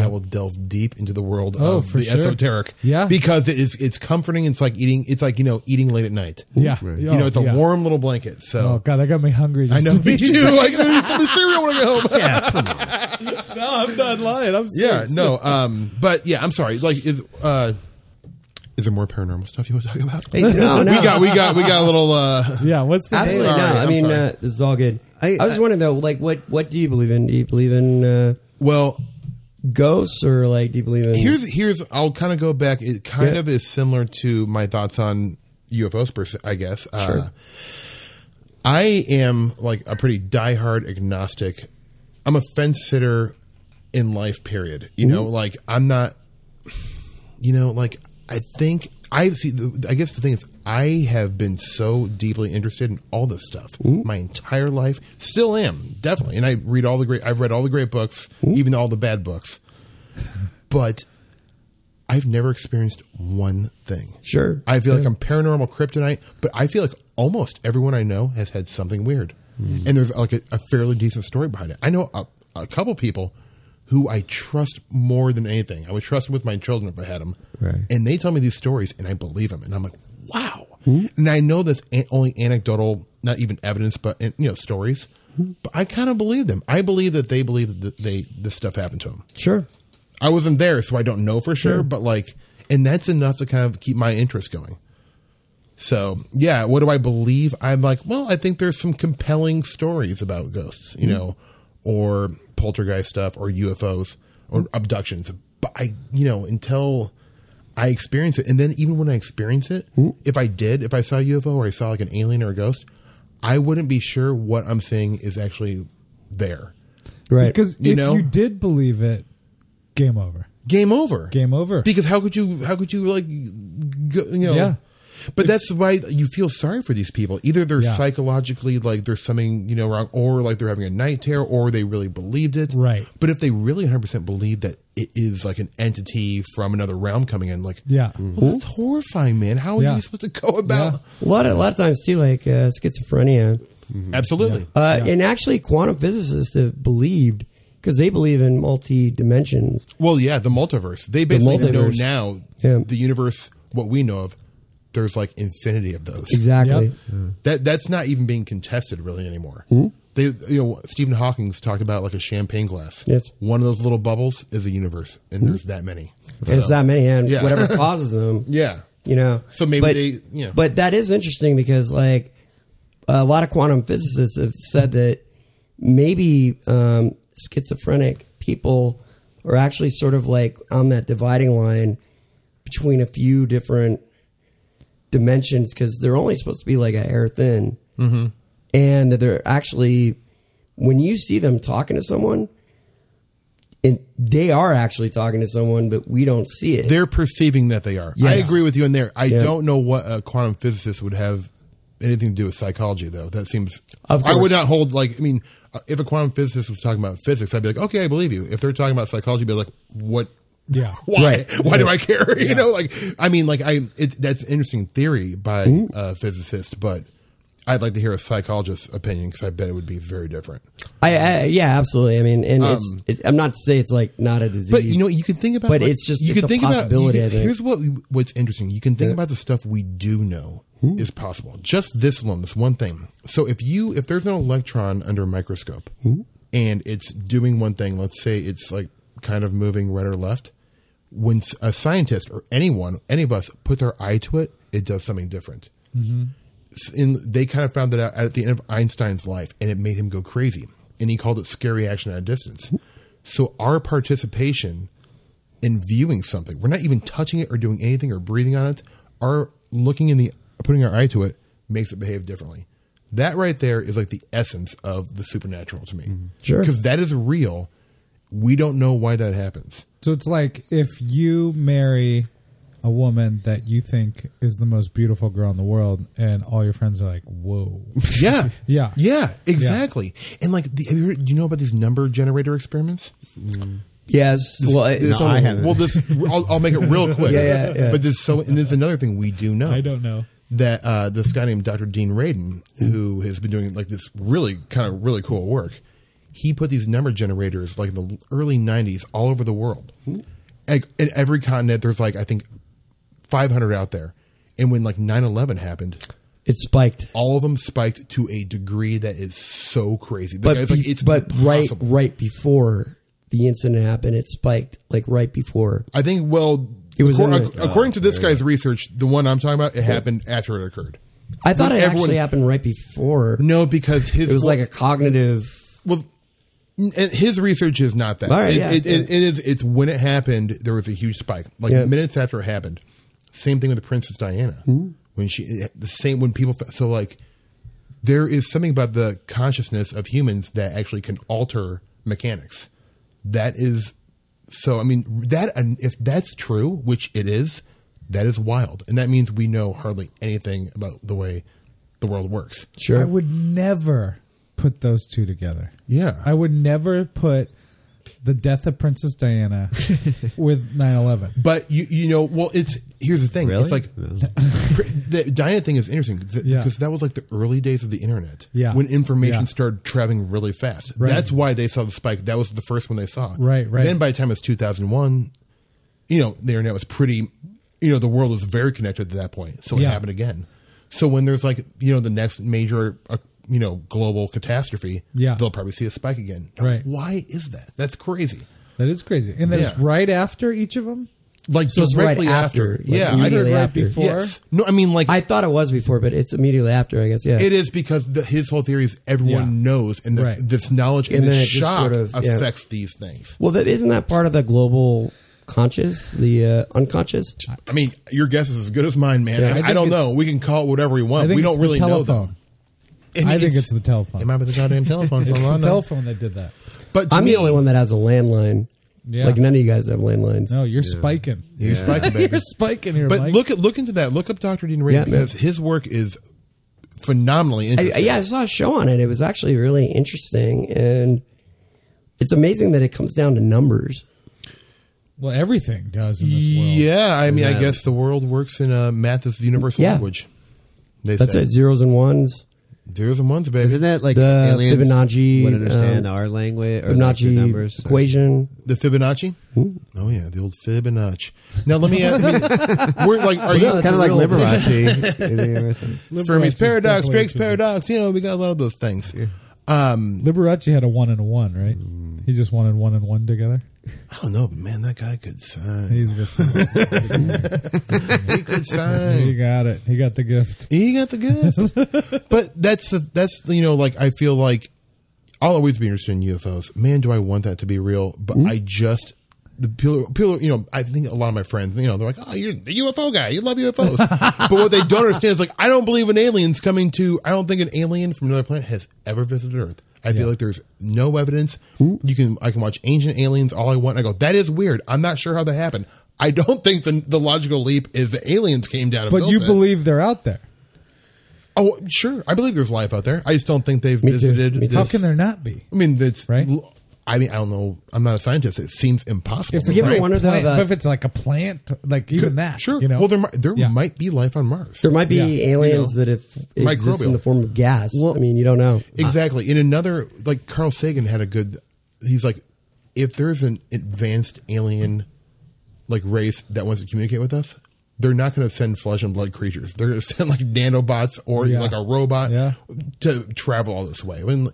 I will delve deep into the world Oh, of for the sure. esoteric, Yeah. because it is it's comforting. It's like eating, it's like you know eating late at night. Yeah. Oh, you know, it's a Yeah. warm little blanket. So Oh god, that got me hungry. I just know, me thinking- too. I can eat some cereal when I get home. no, I'm not lying. I'm yeah, serious. no, um, but yeah, I'm sorry. Like, is uh, is there more paranormal stuff you want to talk about? Hey, no, We got, we got, we got a little. Uh, Yeah, what's the Absolutely Sorry, not. I I'm mean, sorry. uh, this is all good. I, I- was I- wondering though, like, what what do you believe in? Do you believe in uh, well, ghosts or like do you believe in? here's here's. I'll kind of go back. It kind Yeah. of is similar to my thoughts on UFOs, per se, I guess. Uh, Sure. I am like a pretty diehard agnostic. I'm a fence sitter in life. Period. You know, like I'm not. you know, like I think I see. The, I guess the thing is, I have been so deeply interested in all this stuff my entire life. Still am definitely, and I read all the great. I've read all the great books, even all the bad books. but I've never experienced one thing. Sure. I feel like I'm paranormal kryptonite, but I feel like almost everyone I know has had something weird, and there's like a, a fairly decent story behind it. I know a, a couple people who I trust more than anything. I would trust with my children if I had them, Right. and they tell me these stories, and I believe them, and I'm like, wow. And I know that's an- only anecdotal, not even evidence, but you know stories. But I kind of believe them. I believe that they believe that they this stuff happened to them. sure. I wasn't there, so I don't know for sure, but like, and that's enough to kind of keep my interest going. So, yeah, what do I believe? I'm like, well, I think there's some compelling stories about ghosts, you know, or poltergeist stuff, or UFOs, or abductions. But I, you know, until I experience it, and then even when I experience it, if I did, if I saw a UFO or I saw like an alien or a ghost, I wouldn't be sure what I'm seeing is actually there. Right. Because You if know? you did believe it, game over. game over. Game over. Because how could you? How could you like? Go, you know. Yeah. But that's why you feel sorry for these people. Either they're Yeah. psychologically like there's something you know wrong, or like they're having a night terror, or they really believed it. Right. But if they really 100 percent believe that it is like an entity from another realm coming in, like Yeah. well, that's horrifying, man. How are Yeah. you supposed to go about? A lot of a lot of times too, like uh, schizophrenia. Mm-hmm. Absolutely. Uh, And actually, quantum physicists have believed because they believe in multi dimensions. Well, yeah, the multiverse. They basically know multiverse. now Yeah. the universe, what we know of. There's like infinity of those. Exactly. Yep. That that's not even being contested really anymore. Hmm? They, you know, Stephen Hawking's talked about like a champagne glass. Yes. Hmm? one of those little bubbles is a universe, and there's that many. And it's that many, and Yeah. whatever causes them. Yeah, You know. So maybe but, they- yeah. But that is interesting because like a lot of quantum physicists have said that maybe um, schizophrenic people are actually sort of like on that dividing line between a few different dimensions because they're only supposed to be like a hair thin, mm-hmm. and that they're actually when you see them talking to someone. And they are actually talking to someone, but we don't see it. they're perceiving that they are. I Yes. agree with you in there. I Yeah. don't know what a quantum physicist would have anything to do with psychology, though. That seems. Of I would course. not hold like. I mean, uh, if a quantum physicist was talking about physics, I'd be like, okay, I believe you. If they're talking about psychology, I'd be like, what? Yeah. Why? Right. Why do I care? You know, like I mean, like I. It, that's an interesting theory by a physicist, but I'd like to hear a psychologist's opinion because I bet it would be very different. I, I yeah, absolutely. I mean, and it's, Um, it's I'm not to say it's like not a disease, But you know, what you can think about. But what- it's just you it's can a think possibility. About, you can- I think. here's what we, what's interesting. You can think Yeah. Hmm. about the stuff we do know is possible. Just this alone, this one thing. So if you if there's an electron under a microscope Hmm. and it's doing one thing, let's say it's like kind of moving right or left. When s- a scientist or anyone, any of us, put their eye to it, it does something different Mhm. in, they kind of found that out at the end of Einstein's life, and it made him go crazy. And he called it scary action at a distance. So our participation in viewing something, we're not even touching it or doing anything or breathing on it. Our looking in the putting our eye to it makes it behave differently. That right there is like the essence of the supernatural to me. Sure. Because that is real. We don't know why that happens. So it's like if you marry a woman that you think is the most beautiful girl in the world, and all your friends are like, "Whoa, Yeah. yeah, Yeah, exactly. And like, the, have you heard, do you know about these number generator experiments? Yes. This- well, it- this- some- Well, this I'll, I'll make it real quick. Yeah, yeah, yeah. But there's so and there's another thing we do know. I don't know. that uh, this guy named Dr. Dean Radin, Mm-hmm. who has been doing like this really kind of really cool work. He put these number generators like in the early '90s all over the world. Mm-hmm. Like in every continent, there's like I think 500 out there. And when like 9/11 happened, it spiked. All of them spiked to a degree that is so crazy. The but guy's be- but right right before the incident happened, it spiked like right before. I think. Well, It was according, in the- according to this Oh, there guy's research, the one I'm talking about, it happened after it occurred. I thought When it everyone- actually happened right before. No, because his it was like a cognitive. Well, and his research is not that. All right, it, yeah, it- it- yeah. it is. It's when it happened, there was a huge spike, like Yeah. minutes after it happened. Same thing with the Princess Diana Hmm? when she the same when people fe- so like there is something about the consciousness of humans that actually can alter mechanics. That is so. I mean that and if that's true, which it is, that is wild, and that means we know hardly anything about the way the world works. I would never put those two together. Yeah. I would never put the death of Princess Diana with 9/11. But you you know well it's here's the thing Really? it's like the Diana thing is interesting th- Yeah. because that was like the early days of the internet Yeah. when information Yeah. started traveling really fast Right. that's why they saw the spike that was the first one they saw Right, right. then by the time it was 2001 you know the internet was pretty you know the world was very connected at that point so it Yeah. happened again so when there's like you know the next major uh, you know global catastrophe Yeah. they'll probably see a spike again Now, Right. why is that that's crazy That is crazy, and then it's Yeah. right after each of them. like So it's right directly after, after, like, yeah I immediately heard right after. before yes. no I mean like I thought it was before, but it's immediately after. I guess. Yeah. It is because the, his whole theory is everyone Yeah. knows, and the, Right. this knowledge and, And then this it just shock sort of- yeah. affects these things. Well, that isn't that part of the global conscious, the uh, unconscious. I mean, your guess is as good as mine, man. Yeah, I I, mean, I think don't it's- know. We can call it whatever we I want. think Uh, We it's don't really the know telephone. them. And I think it's the telephone. It might be the goddamn telephone. for It's all I the know. telephone that did that. But to I'm me, the only one that has a landline. Yeah. Like none of you guys have landlines. No, you're spiking. You're spiking, baby. You're spiking here, But Mike. look at look into that. Look up Doctor Dean Ray Yeah, man. because his work is phenomenally I, interesting. I- yeah, I saw a show on it. It was actually really interesting, and it's amazing that it comes down to numbers. well, everything does in this world. Yeah, I mean, I Yeah. guess the world works in uh, math is the universal Yeah. language. They That's say. it. Zeros and ones. Zeros and ones, baby. Isn't that like The aliens Fibonacci, would understand um, our language or like their numbers? Fibonacci equation. Hmm? The Fibonacci? Oh yeah, the old Fibonacci. Now let me ask I mean, we're like are Well, you no, it's kind of like Liberace. Fermi's Liberace's paradox, definitely Drake's interesting. paradox, you know, we got a lot of those things. Um Liberace had a one and a one, right? Mm. He just wanted one and one together. I don't know, but man, that guy could sign. He's a good singer. he could he sign. got it. He got the gift. He got the gift. but that's the, that's you know, like I feel like I'll always be interested in UFOs. Man, do I want that to be real? But Mm-hmm. I just the people, people, you know, I think a lot of my friends, you know, they're like, "Oh, you're the UFO guy. You love UFOs." but what they don't understand is like, I don't believe in aliens coming to. I don't think an alien from another planet has ever visited Earth. I feel like there's no evidence. Mm-hmm. You can, I can watch Ancient Aliens all I want. And I go, that is weird. I'm not sure how that happened. I don't think the, the logical leap is the aliens came down. And But built you it. believe they're out there. Oh, sure. I believe there's life out there. I just don't think they've Me too. visited. Me too. this- How can there not be? I mean, that's Right? I mean, I don't know. I'm not a scientist. It seems impossible. If it's like one of plant, but if it's like a plant, like even Could, that, uh, sure. You know, well, there might, there yeah. might be life on Mars. There might be yeah. aliens you know, that if microbial. exist in the form of gas. Well, I mean, you don't know exactly. In another, like Carl Sagan had a good. He's like, if there's an advanced alien, like race that wants to communicate with us, they're not going to send flesh and blood creatures. They're going to send like nanobots or yeah. like a robot yeah. to travel all this way. and,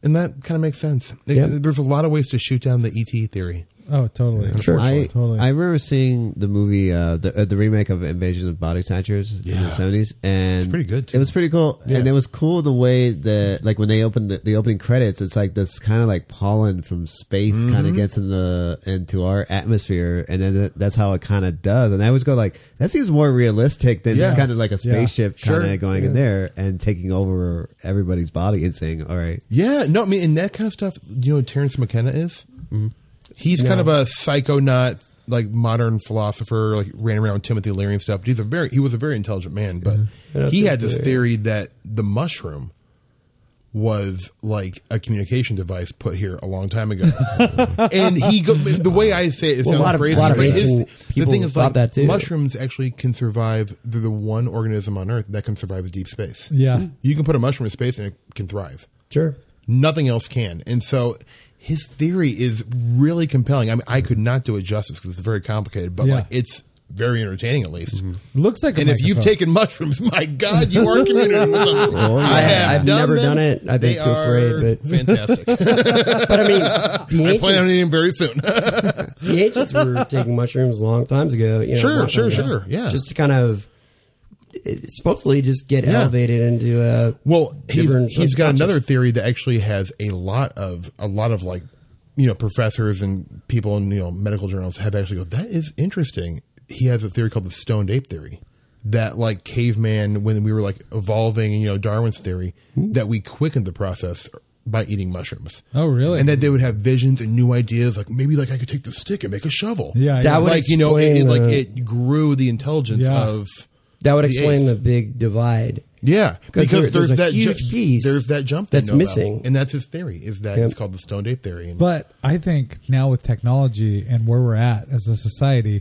and that kind of makes sense. It, yeah. There's a lot of ways to shoot down the ET theory. Oh, totally. Sure. I, totally. I remember seeing the movie, uh, the, uh, the, remake of Invasion of Body Snatchers in the 70s. And it's pretty good. Too. It was pretty cool. And it was cool the way that, like, when they opened the, the opening credits, it's like this kind of like pollen from space mm-hmm. kind of gets in the, into our atmosphere. And then that's how it kind of does. And I always go, like, that seems more realistic than yeah. kind of like a spaceship yeah. kind of sure. going yeah. in there and taking over everybody's body and saying, "All right." Yeah, no, I mean, and that kind of stuff. You know, Terrence McKenna is. Mm-hmm. He's yeah. kind of a psychonaut, like modern philosopher, like ran around Timothy Leary and stuff. But he's a very he was a very intelligent man, but he had this theory that the mushroom was like a communication device put here a long time ago. and he go, the way I say it, it well, sounds a lot of, crazy. A lot of his, the thing is like, that too. mushrooms actually can survive. They're the one organism on Earth that can survive deep space. Yeah, you can put a mushroom in space and it can thrive. Sure, nothing else can. And so his theory is really compelling. I mean, I could not do it justice because it's very complicated, but yeah. like it's very entertaining at least. Mm-hmm. Looks like, and if you've taken mushrooms, my God, you are communicating with them. Oh, yeah. I have I've done never them. done it. I've been they too afraid, but fantastic. but I mean, the I ancients, plan on eating very soon. the ancients were taking mushrooms long times ago. You know, sure, sure, sure. Yeah, just to kind of. supposedly just get yeah. elevated into a well. He's, he's got another theory that actually has a lot of a lot of like you know professors and people in you know medical journals have actually go that is interesting he has a theory called the stoned ape theory that like caveman when we were like evolving you know darwin's theory Ooh. that we quickened the process by eating mushrooms Hmm. oh really and that they would have visions and new ideas like maybe like i could take the stick and make a shovel yeah that would like explain, you know it, it, like it grew the intelligence yeah. of that would explain the, the big divide yeah because there, there's, there's that huge ju- piece there's that jump that's that missing about. and that's his theory is that yep. it's called the stoned ape theory and but i think now with technology and where we're at as a society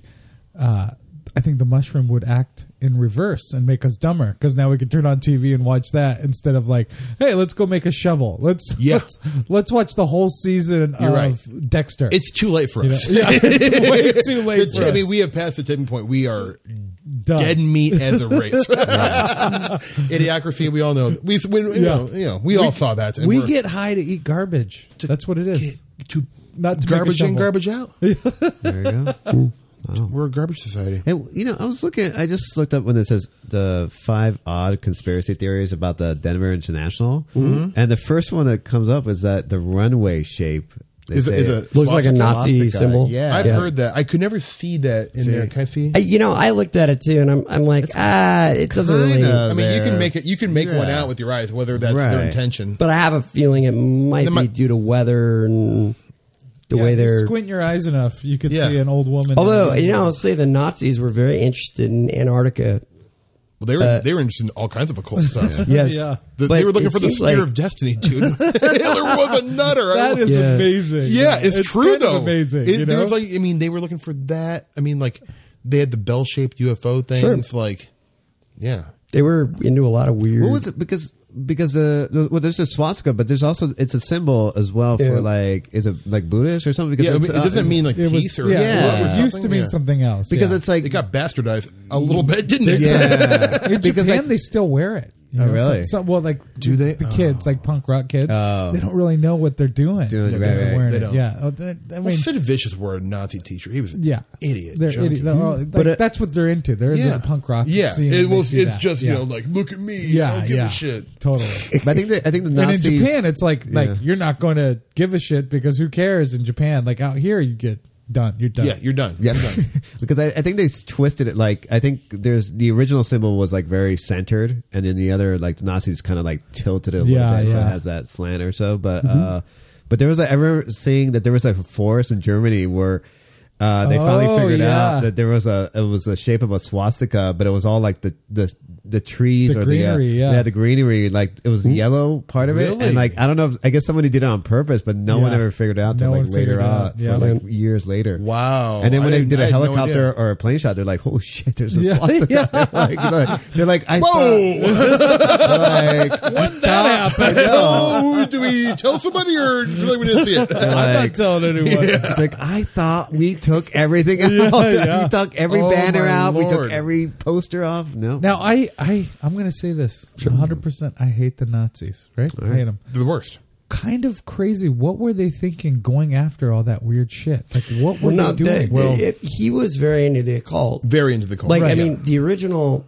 uh, I think the mushroom would act in reverse and make us dumber because now we can turn on TV and watch that instead of like, hey, let's go make a shovel. Let's yeah. let's, let's watch the whole season You're of right. Dexter. It's too late for us. You know? Yeah, it's way too late. I mean, we have passed the tipping point. We are Dumb. dead meat as a race. Idiocracy. We all know. We, we you, yeah. know, you know we, we all saw that. we get high to eat garbage. To, That's what it is. Get, to not to garbage in, garbage out. there you go. Ooh. Wow. We're a garbage society. Hey, you know, I was looking. I just looked up when it says the five odd conspiracy theories about the Denver International, mm-hmm. and the first one that comes up is that the runway shape is, is a, looks like a Nazi symbol. Yeah, I've yeah. heard that. I could never see that in see. there. Can I see? I, you know, I looked at it too, and I'm, I'm like, ah, it doesn't really. I mean, there. you can make it. You can make yeah. one out with your eyes, whether that's right. their intention. But I have a feeling it might it be might- due to weather and the yeah, way they're squint your eyes enough, you could yeah. see an old woman. Although you know, I'll say the Nazis were very interested in Antarctica. Well, they were uh, they were interested in all kinds of occult stuff. yes, yeah. The, they were looking for the spear like, of destiny, dude. Hitler was a nutter. That is yeah. amazing. Yeah, it's, it's true though. amazing. It, you know? was like, I mean, they were looking for that. I mean, like they had the bell shaped UFO things. Sure. Like, yeah, they were into a lot of weird. What was it? Because because uh, well, there's the swastika, but there's also it's a symbol as well for yeah. like is it like Buddhist or something? uh, Because yeah, it doesn't mean like it peace was, or yeah, yeah. it used to mean something else because it's like it got bastardized a little bit, didn't it? Yeah, in because Japan like, they still wear it. You know, oh, really? Some, some, well, like do they? The kids, oh. like punk rock kids, oh. they don't really know what they're doing. doing yeah, right, right. They don't. Yeah, oh, they, I mean, well, Sid Vicious were a Nazi teacher. He was yeah, idiot. They're idiot. They're all, like, but uh, that's what they're into. They're yeah. into the punk rock. Yeah, scene it was. It's that. just yeah. you know, like look at me. Yeah, I don't give yeah, a shit. Totally. I think the, I think the Nazis. And in Japan, it's like like you're not going to give a shit because who cares in Japan? Like out here, you get done. You're done. Yeah, you're done. Yeah, you're done. because I, I, think they twisted it. Like I think there's the original symbol was like very centered, and then the other like the Nazis kind of like tilted it a little yeah, bit, yeah. so it has that slant or so. But mm-hmm. uh, but there was like, I remember seeing that there was like a forest in Germany where. Uh, they finally oh, figured out that there was a it was a shape of a swastika, but it was all like the the the trees The or greenery, the uh, yeah. Mm-hmm. the greenery. Like it was the yellow part of it, Really? and like I don't know. if I guess somebody did it on purpose, but no one Yeah. ever figured it out till No like one figured later it out, on, yeah. for like years later. Wow! And then when I they didn't- did I a had no helicopter idea. or a plane shot, they're like, "Holy shit! There's a Yeah. lots of Yeah. time." Like, you know, they're like, "I Whoa! thought, like, when that happened? Oh, do we tell somebody or really we didn't see it? They're like- Yeah. It's like I thought we took everything out. Yeah, yeah. We took every Oh, banner my out. We Lord. took every poster off. No, Now I I I'm gonna say this 100. percent I hate the Nazis. Right, I hate them. They're the worst. Kind of crazy. What were they thinking going after all that weird shit? Like what were Well, not they doing? that. It- he was very into the occult. Very into the occult. Like I Right, mean, the original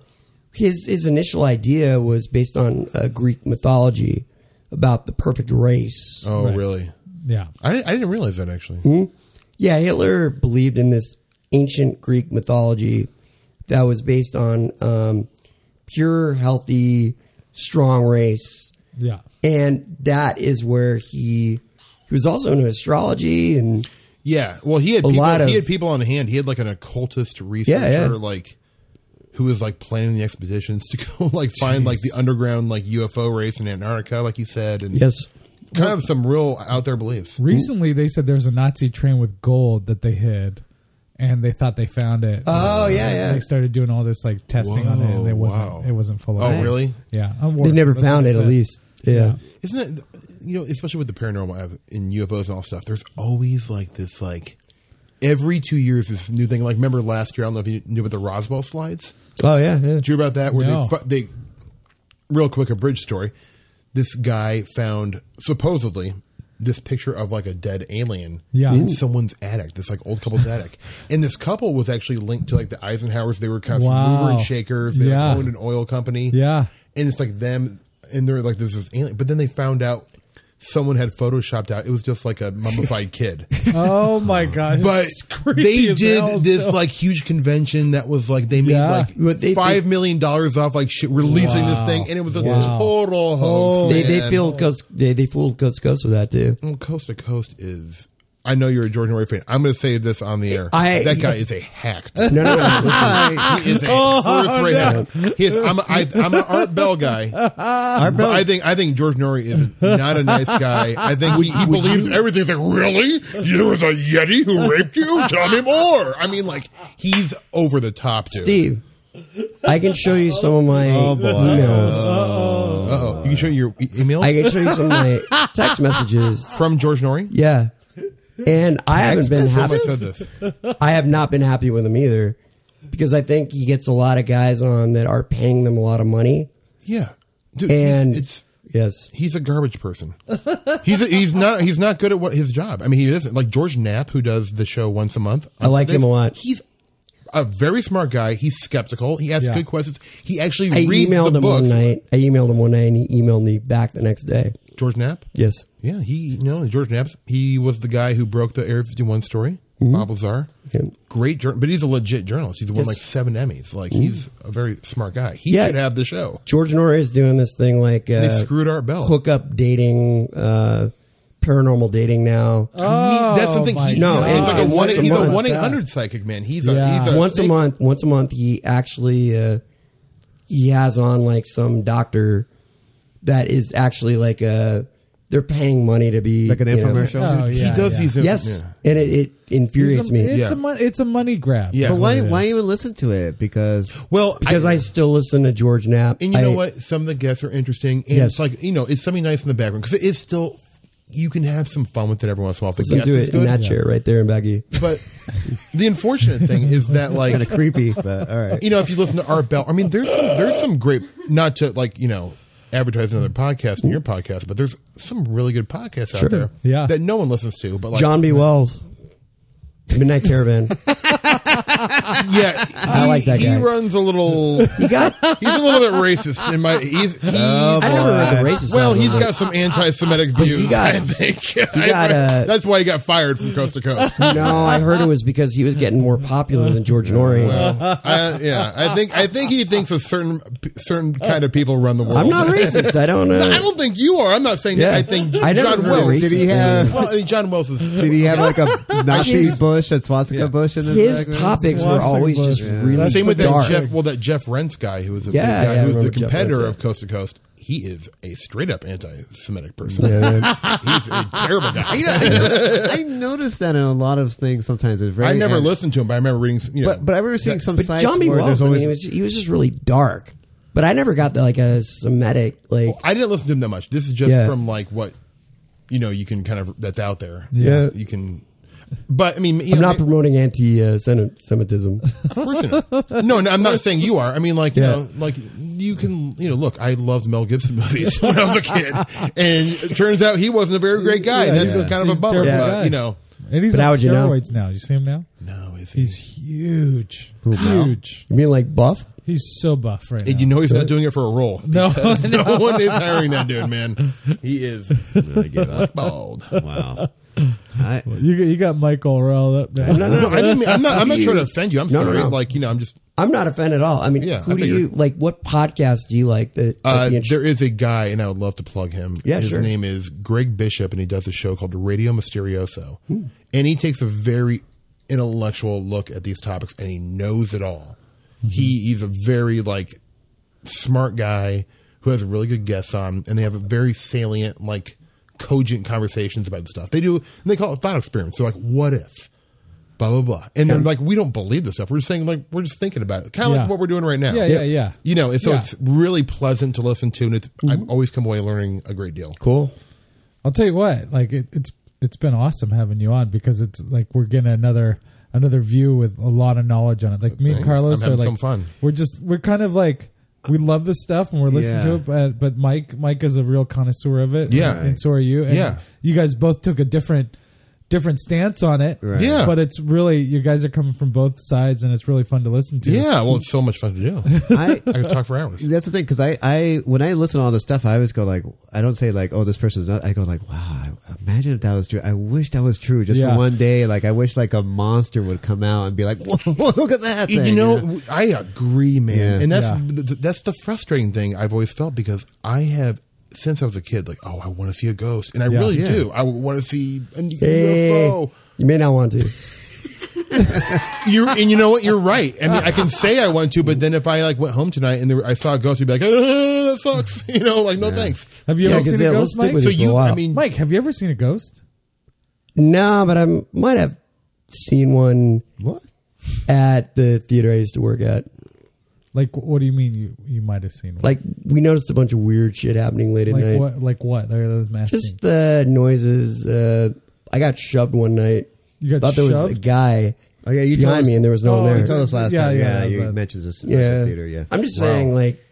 his his initial idea was based on uh, Greek mythology about the perfect race. Oh, really? Yeah. I, I didn't realize that actually. Mhm. Yeah, Hitler believed in this ancient Greek mythology that was based on um, pure, healthy, strong race. Yeah. and that is where he he was also into astrology and Yeah. Well, he had A people, lot of- he had people on hand. He had like an occultist researcher, Yeah, yeah. like who was like planning the expeditions to go like find like the underground like UFO race in Antarctica, like you said, and Yes. kind of some real out there beliefs. Recently, they said there was a Nazi train with gold that they hid, and they thought they found it. Oh, yeah, yeah. They started doing all this like testing on it, and it Whoa, wasn't. wow. It wasn't full of. Oh, it. really? Yeah, they never found it. At least, yeah. Isn't it? You know, especially with the paranormal av- in UFOs and all stuff. There's always like this like. Every two years, this new thing. Like, remember last year? I don't know if you knew about the Roswell slides. Oh yeah, yeah. Did you hear about that? Where No. they fu- they real quick a bridge story. This guy found supposedly this picture of like a dead alien Yeah. in Ooh. someone's attic. This like old couple's attic, and this couple was actually linked to like the Eisenhowers. They were kind of Wow. mover and shakers. They like, Yeah. owned an oil company. Yeah. and it's like them, and they're like there's this alien. But then they found out. Someone had photoshopped out. It was just like a mummified kid Oh my god! but It's creepy they as did hell this still. like huge convention that was like they made Yeah. But they- like five million dollars off like shit, releasing Wow. this thing, and it was a Wow. total hoax. they they man. fooled Gus they, they fooled Gus Gus with that too. Well, coast to coast is. I know you're a Jordan Roy fan. I'm going to say this on the air. I- that guy is a hack. No, no, no. listen. he is a Oh, first rate no. hack. He is, I'm, a, I, I'm an Art Bell guy. Art But Bell- I think I think George Norrie is not a nice guy. I think he, he believes everything. He's like, really? There was a Yeti who raped you? Tell me more. I mean, like, he's over the top, dude. Steve, I can show you some of my emails. Uh-oh. You can show your e- emails I can show you some of my text messages. from George Norrie? Yeah, and I haven't Text been I happy. said this. I have not been happy with him either, because I think he gets a lot of guys on that are paying them a lot of money. Yeah. Dude, And it's, it's yes, he's a garbage person. He's a, he's not he's not good at what his job. I mean, he isn't like George Knapp, who does the show once a month. on I like Sundays, him a lot. He's a very smart guy. He's skeptical. He asks Yeah. good questions. He actually I reads emailed the him books. one night. I emailed him one night, and he emailed me back the next day. George Knapp. Yes, Yeah, he you know George Knapp. He was the guy who broke the Air Fifty One story. Bob Lazar. Yeah. Great, jour- but he's a legit journalist. He's won Mm-hmm. Yes. Mm-hmm. like seven Emmys. Like he's a very smart guy. He Yeah. should have the show. George Norrie is doing this thing like uh, They screwed Art Bell. hookup dating, uh, paranormal dating now. he, that's the thing. my He, No, he's like a Oh, God. one. Once a He's a month. one eight hundred psychic man. He's a, Yeah. he's a once a month, once a month, he actually uh, he has on like some doctor that is actually like a they're paying money to be Like an you know- infomercial? Oh, He yeah, does yeah. these. Yes, yeah. and it, it infuriates It's a, me It's, Yeah. a mon- it's a money grab. Yeah. is But what why? it Why is. even listen to it? Because Well, because I, still listen to George Knapp. And you know I- what? Some of the guests are interesting. And Yes. it's like, you know, it's something nice in the background because it is still, you can have some fun with it every once in a while. If the Listen guest to is it in good. that chair right there in Becky. But the unfortunate thing is that, like, kind of creepy, but all right. you know, if you listen to Art Bell, I mean, there's some, there's some great, not to like, you know, advertise another podcast in your podcast, but there's some really good podcasts Sure. out there Yeah. that no one listens to. But like, John B. Wells, Midnight Caravan. yeah, he, I like that He guy. runs a little. He got. He's a little bit racist in my. He's, he's I never heard the racist. Well, side of he's it. got some anti-Semitic views. got- I think got, uh, that's why he got fired from coast to coast. No, I heard it was because he was getting more popular than George Norrie. I, yeah, I think I think he thinks a certain certain kind of people run the world. I'm not racist. I don't uh, know. I don't think you are. I'm not saying Yeah. that. I think I never John heard a Wells. racist Did he have- Well, I mean, John Wells is. Did he have like a Nazi He's- bush bush and swastika bush in the His background? topics were always just really Same with dark. that Jeff. Well, that Jeff Rentz guy who was a Yeah, big guy yeah, I who was the remember Jeff competitor Rentz, of Coast to Coast. He is a straight up anti-Semitic person. He's a terrible guy. You know, I, know- I noticed that in a lot of things. Sometimes it's very. I never and- listened to him, but I remember reading. some- You know, But but I remember seeing some but sites John B. where Wells, there's I mean, always he, was, he was just really dark. But I never got the, like a Semitic like. I didn't listen to him that much. This is just Yeah. from like what you know. You can kind of that's out there. Yeah. you can. But I mean, you I'm know, not promoting anti-Semitism. Of course not. No, no, I'm not saying you are. I mean, like, you Yeah. know, like you can, you know, look, I loved Mel Gibson movies when I was a kid, and it turns out he wasn't a very great guy, and Yeah, that's yeah. kind of He's a a bummer. terrible But guy. you know, And he's But on how'd you know? steroids now. You see him now? no, is he? He's huge. Mel? huge. you mean like buff? He's so buff right now. And you know he's not doing it for a role. No, because no, one is hiring that dude, man. He is bald. wow. I, You, you got Michael riled up now. No, no, no. I didn't mean, I'm not. I'm not trying to offend you. I'm No, no, sorry. no. Like you know, I'm just. I'm not offended at all. I mean, Yeah, I who do figured. you like? What podcast do you like? That like, Uh, the int- there is a guy, and I would love to plug him. Yeah, His sure. name is Greg Bishop, and he does a show called Radio Mysterioso. Hmm. And he takes a very intellectual look at these topics, and he knows it all. Mm-hmm. He, he's a very like smart guy who has a really good guests on, and they have a very salient, like cogent conversations about stuff. They do, and they call it thought experiments. They're like, what if? Blah blah blah, and they're like, we don't believe this stuff. We're just saying, like, we're just thinking about it, kind of Yeah. like what we're doing right now. Yeah, yeah, yeah. You know, and so Yeah. Mm-hmm. it's really pleasant to listen to, and it's, I've always come away learning a great deal. cool. I'll tell you what, like it, it's it's been awesome having you on because it's like we're getting another another view with a lot of knowledge on it. Like me and Okay. Carlos I'm are having like some fun. We're just we're kind of like we love this stuff and we're listening Yeah. to it, but, but Mike Mike is a real connoisseur of it. Yeah. and, and so are you. And Yeah. you guys both took a different different stance on it. Right. Yeah. but it's really you guys are coming from both sides and it's really fun to listen to. Yeah, well, it's so much fun to do. I I could talk for hours. that's the thing because I, I when I listen to all this stuff, I always go like, I don't say like, oh, this person's not. I go like, wow, I, imagine if that was true. I wish that was true just Yeah. for one day. Like, I wish like a monster would come out and be like, whoa, look at that. You thing," know, I agree, man, Yeah. and that's Yeah. th- th- that's the frustrating thing I've always felt because I have since I was a kid, like, oh, I want to see a ghost, and I Yeah. really Yeah. do. I want to see a Hey, UFO. you may not want to. You're, and you know what? You're right. I mean, I can say I want to, but then if I like went home tonight and there, were- I saw a ghost, I'd be like, oh, that sucks. You know, like, no thanks. Have you Yeah, ever 'cause seen yeah, a let's ghost, stick Mike? with So it for a you, I while. mean, Mike, have you ever seen a ghost? No, but I might have seen one what? at the theater I used to work at. Like, what do you mean you you might have seen one? Like we noticed a bunch of weird shit happening late at like night. what? Like what? There are those masking. Just uh, noises. Uh, I got shoved one night. You got thought there was a shoved? guy Oh yeah, you told behind us, me, and there was Oh, no one you there. You told us last Yeah, time. yeah, Yeah, that was you that. mentioned this at yeah, the theater. Yeah, I'm just saying, like,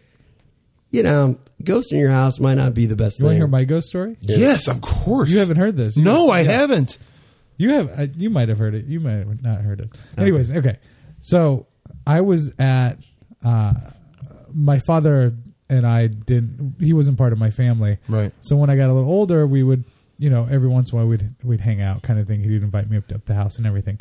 you know, ghost in your house might not be the best you want thing. to hear my ghost story? yes, of course. You haven't heard this. You- No, I yeah. haven't. You have. Uh, you might have heard it. You might have not heard it. Anyways, okay. So I was at. Uh, my father and I didn't. He wasn't part of my family. Right. So when I got a little older, we would, you know, every once in a while we'd we'd hang out, kind of thing. He'd invite me up to up the house and everything.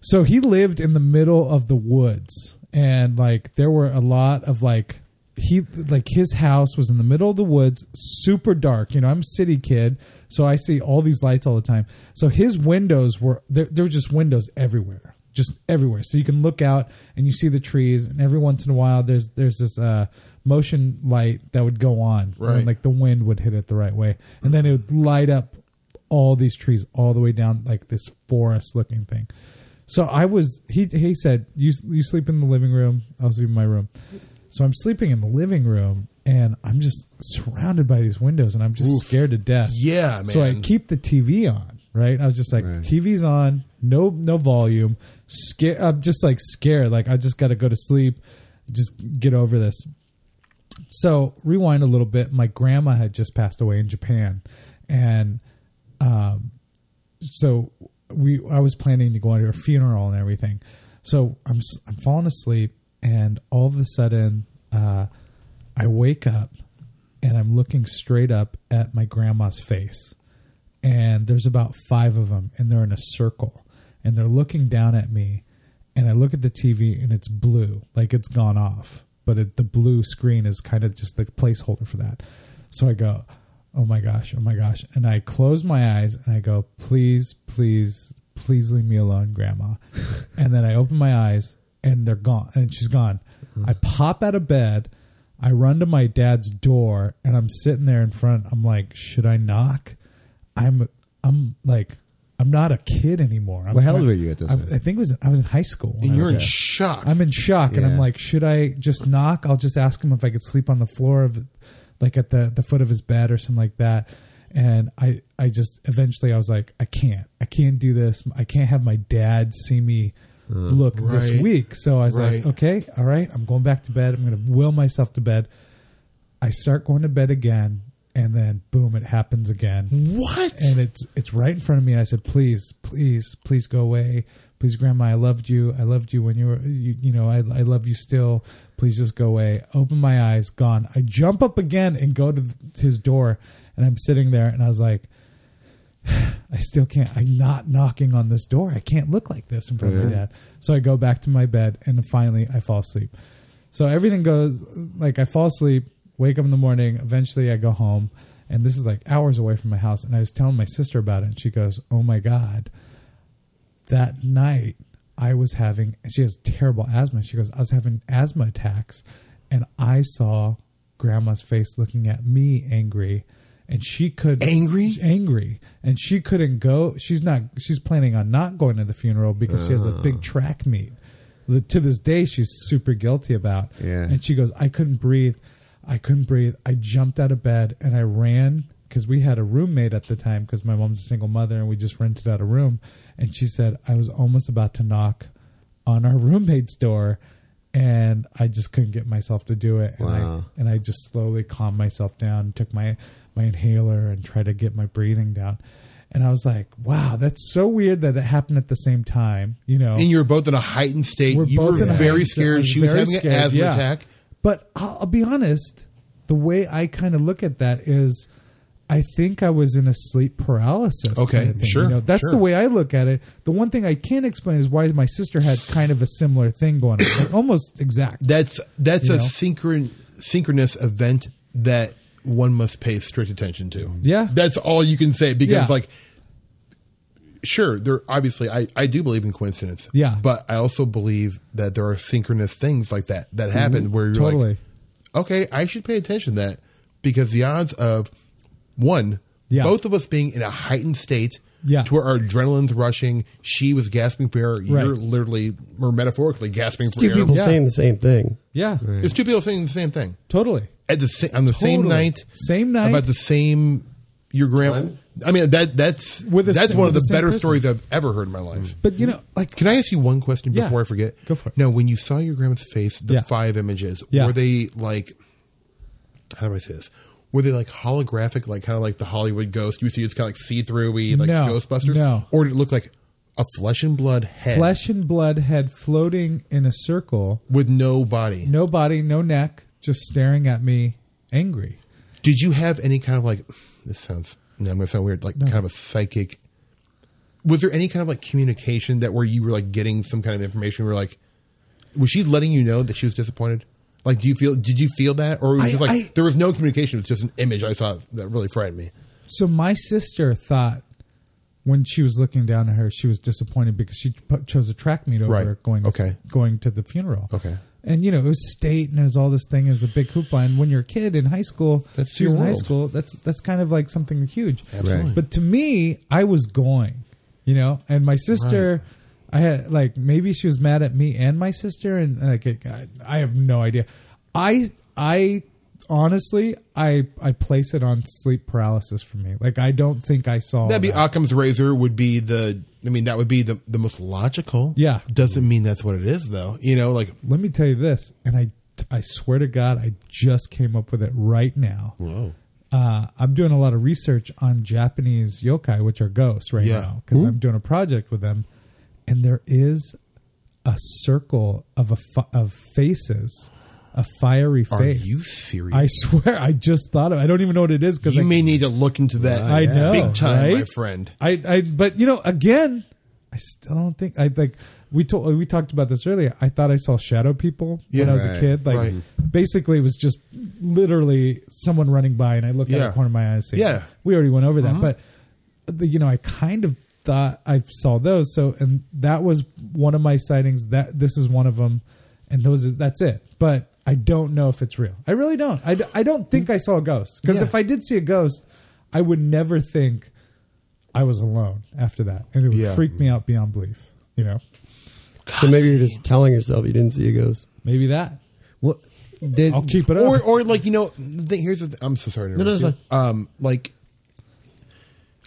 So he lived in the middle of the woods, and like there were a lot of like he like his house was in the middle of the woods, super dark. You know, I'm a city kid, so I see all these lights all the time. So his windows were there, there were just windows everywhere, just everywhere. So you can look out and you see the trees, and every once in a while there's there's this uh, motion light that would go on, Right. And, like the wind would hit it the right way, and then it would light up all these trees all the way down like this forest looking thing. So I was he he said you you sleep in the living room, I'll sleep in my room. So I'm sleeping in the living room and I'm just surrounded by these windows and I'm just scared to death. Yeah, So I man. keep the TV on, right? I was just like TV's on, no no volume, scared I'm just like scared like I just got to go to sleep, just get over this. So rewind a little bit. My grandma had just passed away in Japan, and um, so we I was planning to go to her funeral and everything. So I'm s- I'm falling asleep, and all of a sudden, uh, I wake up, and I'm looking straight up at my grandma's face, and there's about five of them, and they're in a circle, and they're looking down at me, and I look at the TV and it's blue, like it's gone off, but it, the blue screen is kind of just the placeholder for that. So I go, oh my gosh, oh my gosh, and I close my eyes and I go, please, please, please leave me alone, grandma. and then I open my eyes and they're gone and she's gone. Mm. I pop out of bed, I run to my dad's door and I'm sitting there in front. I'm like, should I knock? I'm I'm like I'm not a kid anymore. I'm Well, how old were you at this I, I time? think it was I was in high school. when I And was you're in there. shock. I'm in shock, and Yeah. I'm like, should I just knock? I'll just ask him if I could sleep on the floor of, like at the the foot of his bed or something like that. And I I just eventually I was like, I can't, I can't do this. I can't have my dad see me Uh, look this Right. week. So I was Right. like, okay, all right, I'm going back to bed. I'm gonna will myself to bed. I start going to bed again, and then boom, it happens again. What? And it's it's right in front of me. I said, please, please, please go away. Please, Grandma, I loved you. I loved you when you were, you, you know, I, I love you still. Please just go away. Open my eyes, gone. I jump up again and go to th- his door, and I'm sitting there, and I was like, I still can't. I'm not knocking on this door. I can't look like this in front of my Yeah. dad. So I go back to my bed and finally I fall asleep. So everything goes like I fall asleep, wake up in the morning. Eventually I go home and this is like hours away from my house. And I was telling my sister about it and she goes, Oh my God. That night I was having, and she has terrible asthma. She goes, I was having asthma attacks and I saw grandma's face looking at me angry and she could angry angry and she couldn't go she's not she's planning on not going to the funeral because she has a big track meet that to this day she's super guilty about Yeah. and she goes i couldn't breathe i couldn't breathe i jumped out of bed and i ran because we had a roommate at the time because my mom's a single mother and we just rented out a room and she said i was almost about to knock on our roommate's door and I just couldn't get myself to do it. And Wow. I and I just slowly calmed myself down, took my my inhaler and tried to get my breathing down. And I was like, wow, that's so weird that it happened at the same time, you know. And you were both in a heightened state. you were in a heightened- very I scared. She was very having scared, an asthma yeah. attack. But I'll, I'll be honest, the way I kind of look at that is, I think I was in a sleep paralysis. Okay, kinda thing, sure, You know? That's sure. the way I look at it. The one thing I can't explain is why my sister had kind of a similar thing going on, like almost exact. That's that's You a know? synchron synchronous event that one must pay strict attention to. Yeah. that's all you can say because Yeah. like. Sure, there obviously I, I do believe in coincidence. Yeah. But I also believe that there are synchronous things like that that happen Mhm. where you're Totally. like okay, I should pay attention to that because the odds of one, Yeah. both of us being in a heightened state Yeah. to where our adrenaline's rushing, she was gasping for air, Right. you're literally or metaphorically gasping It's for two air. people saying the same thing. Yeah. It's two people saying the same thing. Totally. At the sa- on the same Totally. night. Same night. About the same your grandma. I mean that that's With the that's same- one of with the the, same better person. stories I've ever heard in my life. But you know, like, can I ask you one question Yeah. before I forget? Go for it. Now, when you saw your grandma's face, the Yeah. five images Yeah. were they like? How do I say this? Were they like holographic, like kind of like the Hollywood ghost? You see, it's kind of like see through y, like No, Ghostbusters. no. Or did it look like a flesh and blood head Flesh and blood head floating in a circle, with no body? no body, no neck, just staring at me, angry. Did you have any kind of like this sounds no, I'm gonna sound weird, like kind of a psychic was there any kind of like communication that where you were like getting some kind of information where like was she letting you know that she was disappointed? Like do you feel did you feel that? Or was it I- just like I- there was no communication, it was just an image I saw that really frightened me. So my sister thought when she was looking down at her, she was disappointed because she p- chose a track meet over Right. her going Okay. going to the funeral. Okay. And you know it was state and it was all this thing is a big hoopla. And when you're a kid in high school, That's she was your in high world. school. That's that's kind of like something huge. Absolutely. But to me, I was going, you know. And my sister, I had like maybe she was mad at me and my sister, and like it, I, I have no idea. I I honestly I I place it on sleep paralysis for me. Like I don't think I saw That'd be that. Occam's razor would be the I mean that would be the, the most logical. Yeah. Doesn't mean that's what it is though. You know, like Let me tell you this, and I I swear to God, I just came up with it right now. Whoa. Uh, I'm doing a lot of research on Japanese yokai, which are ghosts, right Yeah. now, because Ooh. I'm doing a project with them, and there is a circle of a fi- of faces, a fiery Are face. you serious? I swear, I just thought of. I don't even know what it is because you I may need to look into that I know, big time, my right? friend. I, I, but you know, again, I still don't think I like. We told we talked about this earlier. I thought I saw shadow people Yeah. when I was Right, a kid. Like, right. basically, it was just literally someone running by, and I looked out Yeah. Mm-hmm. the corner of my eye and see. Yeah. we already went over that, but the, you know, I kind of thought I saw those. So and that was one of my sightings. That this is one of them, and those that's it. But I don't know if it's real. I really don't. I, I don't think I saw a ghost because Yeah. if I did see a ghost, I would never think I was alone after that, and it would Yeah. freak me out beyond belief. You know, So maybe you're just telling yourself you didn't see a ghost. Maybe that. What? Did, I'll keep it up. Or, or like you know, the thing, here's the th- I'm so sorry. To No, no, interrupt you. Um, like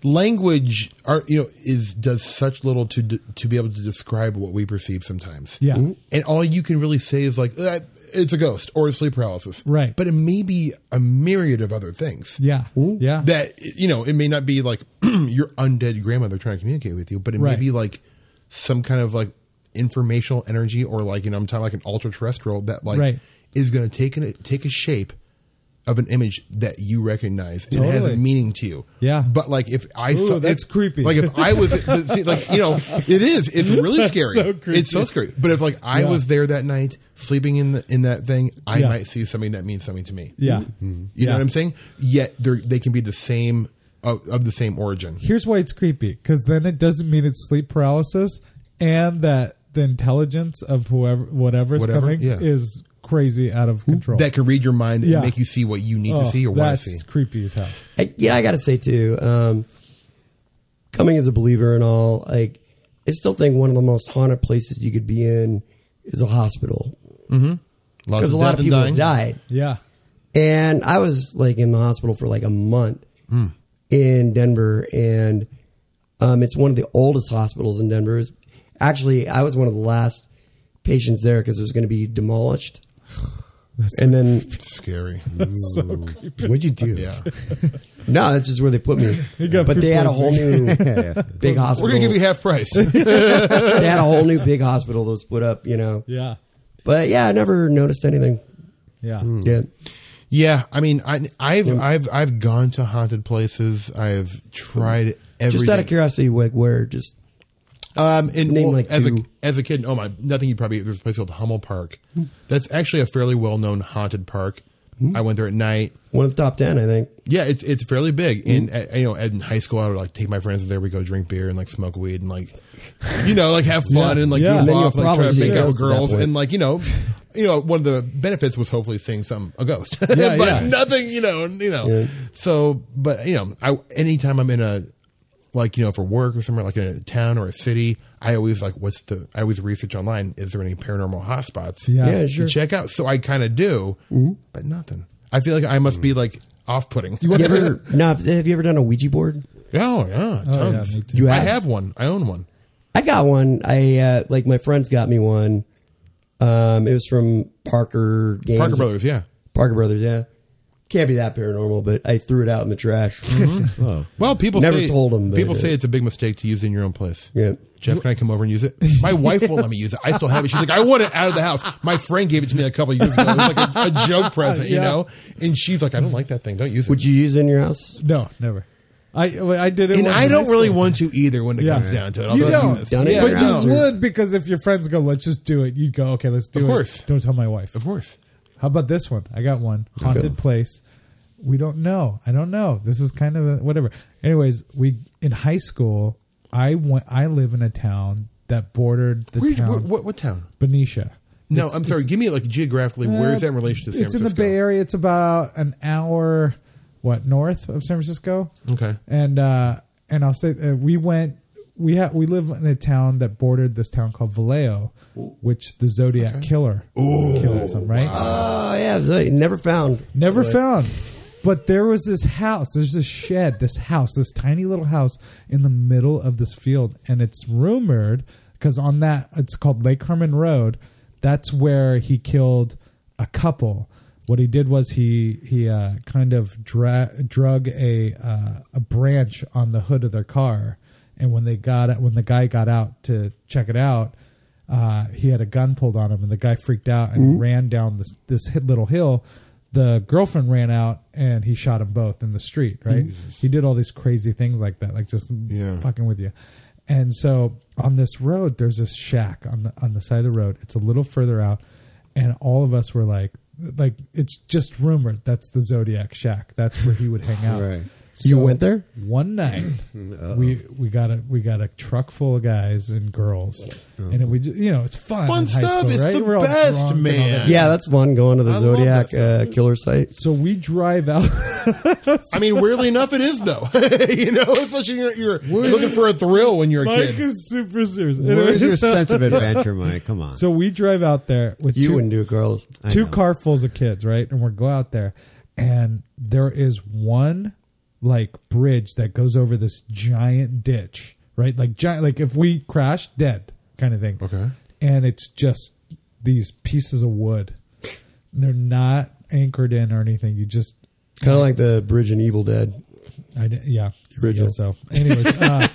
language, are you know, is does such little to d- to be able to describe what we perceive sometimes. Yeah. Mhm. and all you can really say is like, "Uh, it's a ghost or it's sleep paralysis, Right. But it may be a myriad of other things. Yeah. Yeah. That you know, it may not be like your undead grandmother trying to communicate with you, but it Right. may be like some kind of like informational energy or like you know, I'm talking like an ultra terrestrial that like Right. is going to take an, take a shape of an image that you recognize and has Totally. a meaning to you. Yeah. But like if I Ooh, saw that's if- creepy. Like if I was but see, like you know, it is. It's really That's scary. so creepy. it's so scary. But if like I Yeah. was there that night sleeping in the, in that thing, I Yeah. might see something that means something to me. Yeah. You Mm-hmm. Mhm. know Yeah. what I'm saying? Yet they they can be the same of, of the same origin. Here's why it's creepy because then it doesn't mean it's sleep paralysis and that the intelligence of whoever whatever's Whatever, coming yeah. is crazy out of control. That can read your mind Yeah. and make you see what you need Oh, to see or want to that's see. creepy as hell. I, yeah, I gotta say too. Um, coming as a believer and all, like I still think one of the most haunted places you could be in is a hospital Mm-hmm. Lots of because a lot death of and people dying. have died. Yeah. And I was like in the hospital for like a month Mm. in Denver, and um, it's one of the oldest hospitals in Denver. It's- Actually, I was one of the last patients there because it was going to be demolished. and then Scary. That's so creepy. What'd you do? Yeah. no, that's just where they put me. You got But food they had a whole new poisoning. big hospital. We're gonna give you half price. they had a whole new big hospital that was split up, you know. Yeah. But yeah, I never noticed anything. Yeah. Hmm. Yeah. yeah, I mean, I, I've I've I've gone to haunted places. I've tried everything. Just out of curiosity, like where? Just Um, and Name, well, like, as a two. Hmm. as a kid, oh my, nothing you probably there's a place called Hummel Park. That's actually a fairly well known haunted park. I went there at night. one of the top ten, I think. Yeah, it's it's fairly big. And uh, you know, in high school, I would like take my friends there. We go drink beer and like smoke weed and like, you know, like have fun Yeah, and like yeah. And goof then you'll off, like probably try to see make out ghosts with at that girls point. and like you know, you know, one of the benefits was hopefully seeing some a ghost. Yeah, but yeah. nothing, you know, you know. Yeah. So, but you know, I anytime I'm in a like you know for work or somewhere like in a town or a city, I always like what's the I always research online. Is there any paranormal hotspots? Yeah. Yeah, to sure. Mm-hmm. check out. So I kind of do, but nothing. I feel like I must be like off putting. You ever no, have you ever done a Ouija board? Oh yeah, Oh, yeah, tons. me too. You I have? have one. I own one. I got one. I uh, like my friends got me one. Um, it was from Parker Games. Parker Brothers. Yeah. Parker Brothers. Yeah, can't be that paranormal, but I threw it out in the trash. Mm-hmm. Well, people Never say, told 'em, but People it- say it's a big mistake to use in your own place. Yeah. Jeff, can I come over and use it? My wife won't let me use it. I still have it. She's like, I want it out of the house. My friend gave it to me a couple years ago. It was like a, a joke present, you Yeah. know. And she's like, I don't like that thing. Don't use it. Would you use it in your house? No, never. I I did it. and once I in don't high really school. want to either when it Yeah. comes down to it. I'll You be don't. honest. Done it Yeah, in But your no. house. you would because if your friends go, let's just do it, you'd go, okay, let's do Of it. course. Don't tell my wife. Of course. How about this one? I got one haunted place. We don't know. I don't know. This is kind of a, whatever. Anyways, we in high school. I went. I live in a town that bordered the Where- town where- what, what town? Benicia. No, It's- I'm sorry. it's- Give me like geographically. where is that in uh, relation to San it's Francisco? in the Bay Area. It's about an hour, what north of San Francisco. Okay. and uh, and I'll say uh, we went. We have we live in a town that bordered this town called Vallejo, which the Zodiac killer killed us, right? Oh yeah, so you never found. Never Like, found. But there was this house. There's this shed, this house, this tiny little house in the middle of this field, and it's rumored because on that it's called Lake Herman Road. That's where he killed a couple. What he did was he he uh, kind of dra- drug a uh, a branch on the hood of their car, and when they got when the guy got out to check it out, uh, he had a gun pulled on him, and the guy freaked out and Mm-hmm. ran down this this hit- little hill. The girlfriend ran out, and he shot them both in the street. Mm-hmm. Right? He did all these crazy things like that, like just Yeah. fucking with you. And so on this road, there's this shack on the on the side of the road. It's a little further out, and all of us were like, like it's just rumored that's the Zodiac shack. That's where he would hang out. Right. you went there one night. we we got a we got a truck full of guys and girls, and we just, you know it's fun. Fun in high stuff. School, It's right? the We're all best, drunk and all man. that. Yeah, that's fun going to the I love that Zodiac uh, killer site. So we drive out. I mean, weirdly enough, it is though. you know, especially you're, you're looking for a thrill when you're a Mike kid. is super serious. Where's your So- sense of adventure, Mike? Come on. So we drive out there with You two, and New Girls. I two know. carfuls of kids, right? And we go out there, and there is one like bridge that goes over this giant ditch, right? Like giant, like if we crash, dead kind of thing. Okay. And it's just these pieces of wood. They're not anchored in or anything. You just Kind of like the bridge in Evil Dead. I di- yeah, Original. I guess so, anyways, uh,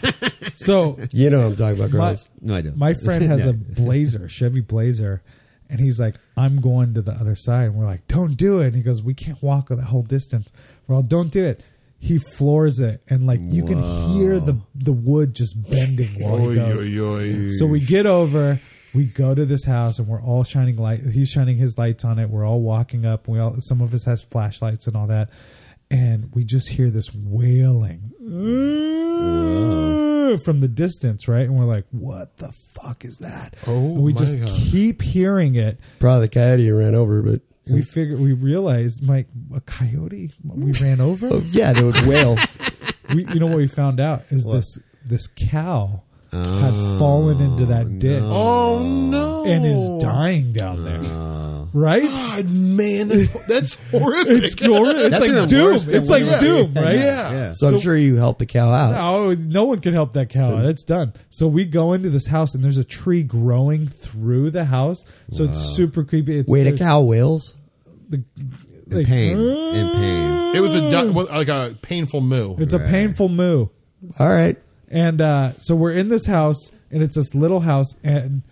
so You know what I'm talking about, my, girls. No, I don't. my friend has No. a Blazer, Chevy Blazer, and he's like, "I'm going to the other side." And we're like, "Don't do it." And he goes, "We can't walk that whole distance." We're all, "Don't do it." He floors it, and like you can hear the the wood just bending while he Oy, goes. oy, oy. So we get over, we go to this house, and we're all shining light. He's shining his lights on it. We're all walking up. We all some of us has flashlights and all that, and we just hear this wailing from the distance, right? And we're like, "What the fuck is that?" Oh and we my just God. keep hearing it. Probably the coyote you ran over, but We figure we realized, Mike, a coyote we ran over. oh, yeah, there was whale. we, you know what we found out is this this cow had fallen into that ditch. Oh no! and is dying down there. Right? God, man, that's, that's horrific. It's gore. It's That's even like doom. worse than It's like what- doom, right? Yeah. Yeah. So, I'm sure you helped the cow out. Oh, no one can help that cow. It's done. So we go into this house, and there's a tree growing through the house. So it's super creepy. It's Wait, a there's cow wails? The, in like, pain. uh, In pain. It was a di- was like a painful moo. It's a painful moo. All right. And uh, so we're in this house, and it's this little house, and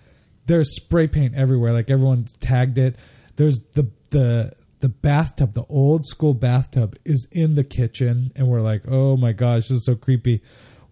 there's spray paint everywhere. Like everyone's tagged it. There's the the the bathtub, the old school bathtub, is in the kitchen, and we're like, oh my gosh, this is so creepy.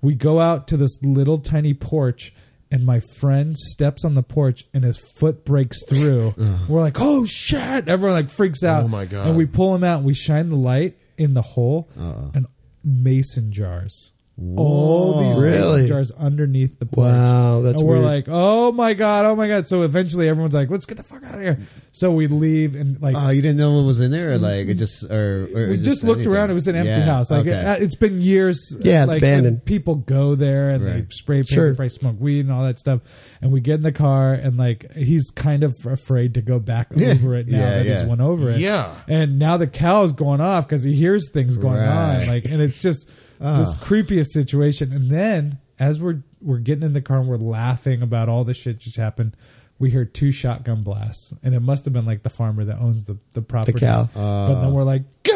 We go out to this little tiny porch, and my friend steps on the porch, and his foot breaks through. we're like, oh shit! Everyone like freaks out. Oh, my God. And we pull him out, and we shine the light in the hole, Uh-uh. and mason jars. All these mason Really? jars underneath the porch. Wow, that's and we're like, weird. oh my god, oh my god. So eventually, everyone's like, let's get the fuck out of here. So we leave and like Oh, you didn't know what was in there, or like it just, or, or we it just, looked anything? around. It was an empty Yeah, house. Like okay. it, has been years. uh, Yeah, it's like, abandoned. and People go there and they Right. spray paint, Sure. they probably smoke weed and all that stuff. And we get in the car and like he's kind of afraid to go back over it now Yeah, that he's yeah. won over it. Yeah. And now the cow's going off because he hears things going Right. Uh-huh. on. Like and it's just this creepiest situation. And then as we're we're getting in the car and we're laughing about all the shit just happened. We hear two shotgun blasts, and it must have been like the farmer that owns the, the property. cow. Uh. but then we're like, go!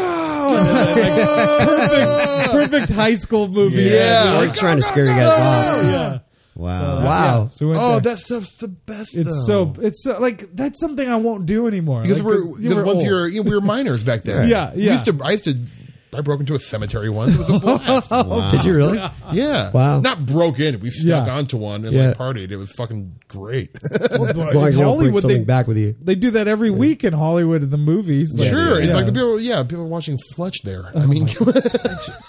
perfect, perfect high school movie. Yeah. Or he's trying to scare you guys off. Yeah. Wow. Wow. uh, So we went there. Oh, that stuff's the best. it's though. so it's so, like that's something I won't do anymore. because Like, we're you because were once old. you're you know, we were minors back then. Yeah, We yeah. used to I used to I broke into a cemetery once. It was a blast. Oh, Did you really? yeah. Wow. Not broke in. We snuck Yeah. onto one and Yeah. like partied. It was fucking great. As long as you don't bring Hollywood, something they- back with you. They do that every week in Hollywood in the movies. Like, sure. It's yeah. Oh like the people yeah, people watching Fletch there. I mean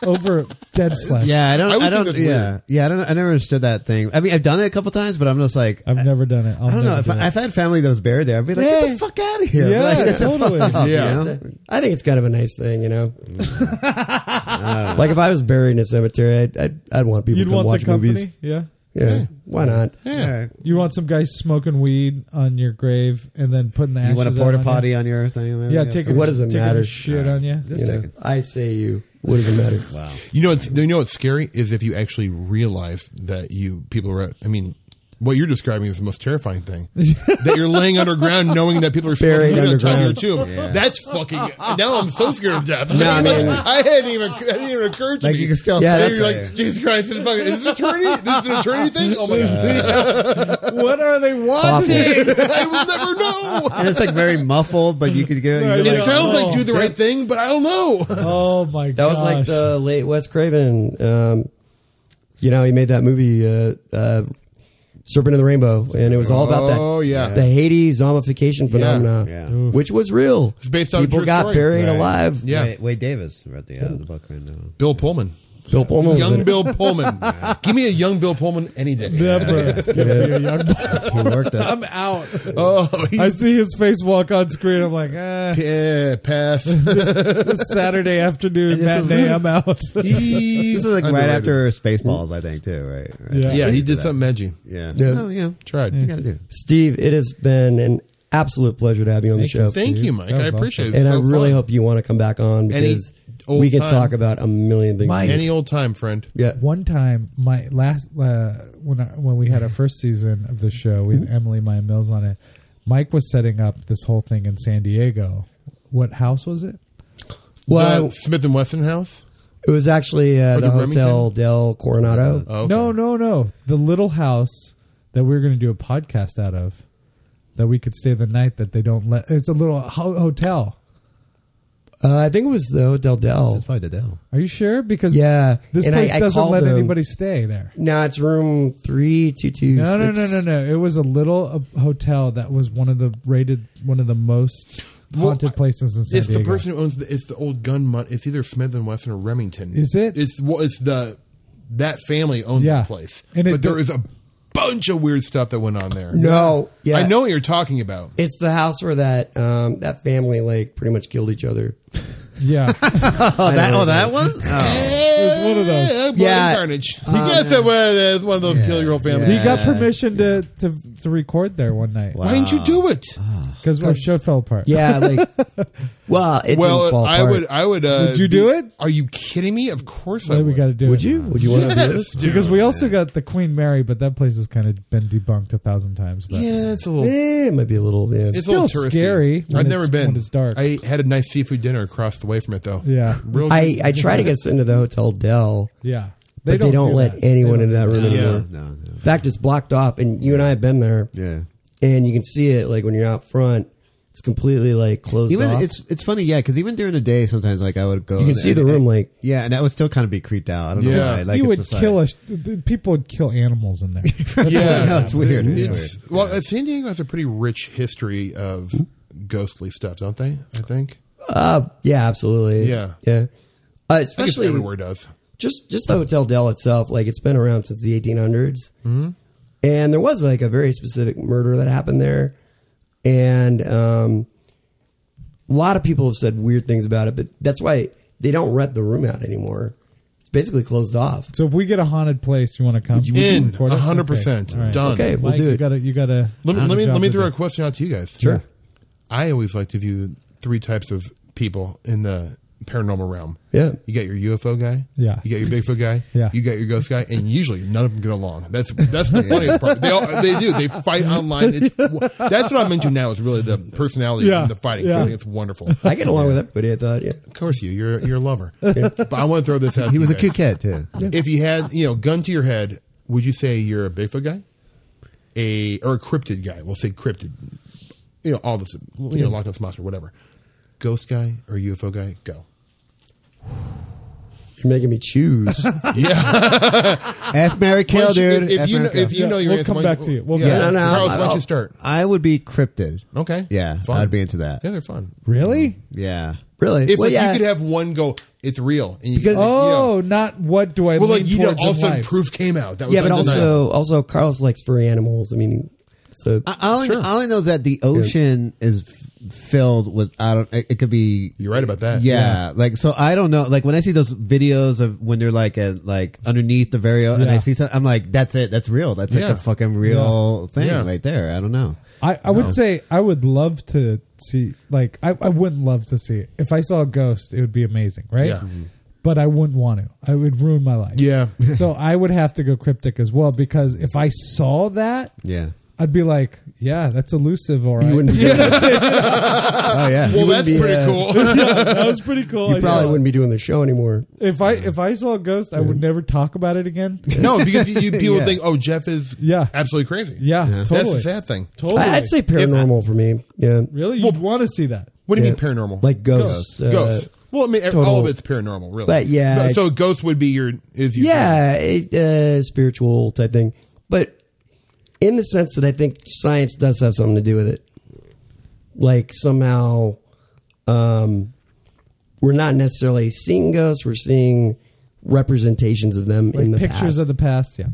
over dead flesh. Yeah, I don't. I, I always think don't. that's weird. Yeah, yeah. I don't. I never understood that thing. I mean, I've done it a couple times, but I'm just like, I've I- never done it. I'll I don't know. never If do I, it. have had family that was buried there, I'd be like, get Yeah. the fuck out of here. Yeah, like, that's totally. a fuck off, Yeah. You know? I think it's kind of a nice thing, you know? Mm. like if I was buried in a cemetery, I'd, I'd, I'd want people You'd to come want watch the company. movies. Yeah. Yeah. Why not? Yeah. You want some guy smoking weed on your grave and then putting the ashes You want a out porta on you? potty on your thing? maybe? Yeah, take What does it taking a matter? Shit on you. You know, I say you. What does it matter? wow. You know, it's, you know what's scary is if you actually realize that you people are. I mean, what you're describing is the most terrifying thing that you're laying underground, knowing that people are Buried smoking weed on top of your underground. tomb. That's fucking. Now I'm so scared of death. No, I mean- I hadn't even. It didn't even occur to Like me. you can still Yeah, yeah, And that's- you're like Jesus Christ! This fucking, is this eternity? This is an eternity thing? Oh my god! What are they wanting? I will never know. and it's like very muffled, but you could get. Sorry, you're It like, yeah. sounds like oh, do the right thing, but I don't know. Oh my god. That was like the late Wes Craven. Um, you know, he made that movie, uh, uh, Serpent of the Rainbow, and it was all about that. Oh, yeah. the Haiti zombification phenomena, Yeah. which was real. It's based on a people true got story. buried Right. alive. Yeah. Wade, Wade Davis wrote the, uh, the book right now. Bill Pullman. Bill Pullman, was in Young it. Bill Pullman. Give me a young Bill Pullman any day. Never. Give me a young- He worked it. I'm out. Oh, he's I see his face walk on screen. I'm like, eh, yeah, pass. this Saturday afternoon This is- matinee. I'm out. He's This is like right underrated. after Spaceballs, I think, too, right? right Yeah. Yeah, he did something edgy. Yeah. Yeah. Oh, yeah. Tried. You got to do it. Steve, it has been an absolute pleasure to have you on the show. Thank you, Mike. That I was appreciate awesome. it. and It's I so really fun. hope you want to come back on Any because old we can time. talk about a million things. Mike. any old time friend. yeah, One time, my last uh, when I, when we had our first season of the show, we had Emily Maya Mills on it. Mike was setting up this whole thing in San Diego. What house was it? well, The Smith and Wesson house. it was actually uh, Was the it Remington? Hotel Del Coronado. Oh, okay. No, no, no. The little house that we are going to do a podcast out of that we could stay the night that they don't let. It's a little ho- hotel. Uh, I think it was the Hotel Del. That's probably Dell. Are you sure? Because Yeah, this and I- place I doesn't called let them. anybody stay there. No, it's room three two two. No, no, no, no, no. It was a little uh, hotel that was one of the rated one of the most Well, haunted places in San It's Diego. the person who owns the. It's the old gun. Mon- it's either Smith and Wesson or Remington. Is it? It's well, it's the that family owned Yeah. the place. And it but there do- is a bunch of weird stuff that went on there. No, yeah, I know what you're talking about. It's the house where that um, that family like pretty much killed each other. yeah, Oh, that, oh, that one? It's one of those. Yeah. carnage. You guess that was uh, one of those kill your whole family. he got permission to, to to record there one night Why didn't you do it? because our show fell apart. Yeah, like well, it didn't well, fall I apart. would. I would. Uh, Would you be- do it? Are you kidding me? Of course I Then would. we got to do Would it. you? Would you want to do this? Yes, dude. Because we also got the Queen Mary, but that place has kind of been debunked a thousand times. But Yeah, it's a little. Eh, it might be a little. Yeah. It's a little still touristy. scary when I've it's- never been. when it's dark. I had a nice seafood dinner across the way from it, though. Yeah. Real I I try to get us into the Hotel Del, yeah, but they don't, do let that. anyone They in don't. that room Yeah. anymore. No, no. In fact, it's blocked off, and you and I have been there, Yeah. and you can see it like when you're out front. It's completely like closed Even off. it's it's funny, yeah, because even during the day, sometimes like I would go. You can and- see the and- room, and- like- yeah, and that would still kind of be creeped out. I don't know Yeah. why. Like you it's would just like- kill us. People would kill animals in there. Yeah, No, it's weird. It's It's- Well, uh, San Diego has a pretty rich history of ghostly stuff, don't they? I think. Uh, yeah, absolutely. Yeah. yeah. Uh, I guess especially everywhere does. just just the Hotel Del itself, like it's been around since the 1800s, mm-hmm. and there was like a very specific murder that happened there, and um, a lot of people have said weird things about it, but that's why they don't rent the room out anymore. It's basically closed off. so if we get a haunted place, you want to come? you- We can In, record it? 100%. Okay. All right. Done. Okay, we'll Mike, do You it. gotta, you gotta. Let me on the let me job let me to throw do. a question out to you guys. Sure. I always like to view three types of people in the paranormal realm. Yeah. You got your UFO guy. Yeah. You got your Bigfoot guy. Yeah. You got your ghost guy, and usually none of them get along. That's that's the funniest part. They all, they do. They fight online. It's, that's what I'm into now. Is really the personality Yeah. and the fighting. So I Yeah. think it's wonderful. I get along with everybody. I thought, yeah, Of course, you. You're you're a lover. But I want to throw this out. He to was you a cute guys. cat too. If you had, you know, gun to your head, would you say you're a Bigfoot guy, a or a cryptid guy? We'll say cryptid. You know, all this. You know, Loch Ness monster, whatever. Ghost guy or UFO guy? Go. you're making me choose. Yeah. F Mary Kill, Once you- dude. If, if F, you know, Mary, kill. if you know Yeah, your we'll answer, come why don't back to you. We'll yeah. go. No, no, Carlos, why don't I'll- you start? I would be cryptid. Okay. Yeah, Fine. I'd be into that. Yeah, they're fun. Really? Yeah. really? If Well, like, yeah. you could have one go, it's real. And you Because- you know. Oh, not what do I well, lean like you know, towards all of a in sudden life? proof came out. That was yeah, but undeniable. also also Carlos likes furry animals. I mean, so I, all, I, all I know is that the ocean is f- filled with I don't. It, it could be. You're right about that. Yeah, like so. I don't know. Like when I see those videos of when they're like at like underneath the very, o and I Yeah. see something, I'm like, that's it. That's real. That's like Yeah. a fucking real thing Yeah. right there. I don't know. I, I would say I would love to see like I, I wouldn't love to see it. If I saw a ghost, it would be amazing, right? Yeah. Mhm. But I wouldn't want to. I would ruin my life. Yeah. so I would have to go cryptic as well because if I saw that, Yeah. I'd be like, yeah, that's elusive, all you right. wouldn't. Be, Oh yeah. Well, that's wouldn't be, pretty uh, cool. that was pretty cool. You I probably saw it. wouldn't be doing the show anymore. If I if I saw a ghost, I would never talk about it again. No, because you, you people Yeah. think, oh, Jeff is Yeah. absolutely crazy. Yeah, totally. That's the sad thing. Totally. I- I'd say paranormal for me. Yeah. really, you'd want to see that. What do you Yeah. mean paranormal? Like ghosts. uh, ghosts. well, I mean, all total- of it's paranormal, really. But yeah, No, it- so ghost would be your if you yeah, it, uh, spiritual type thing. But in the sense that I think science does have something to do with it. Like somehow, um, we're not necessarily seeing ghosts; we're seeing representations of them like in the pictures past. of the past. Yeah,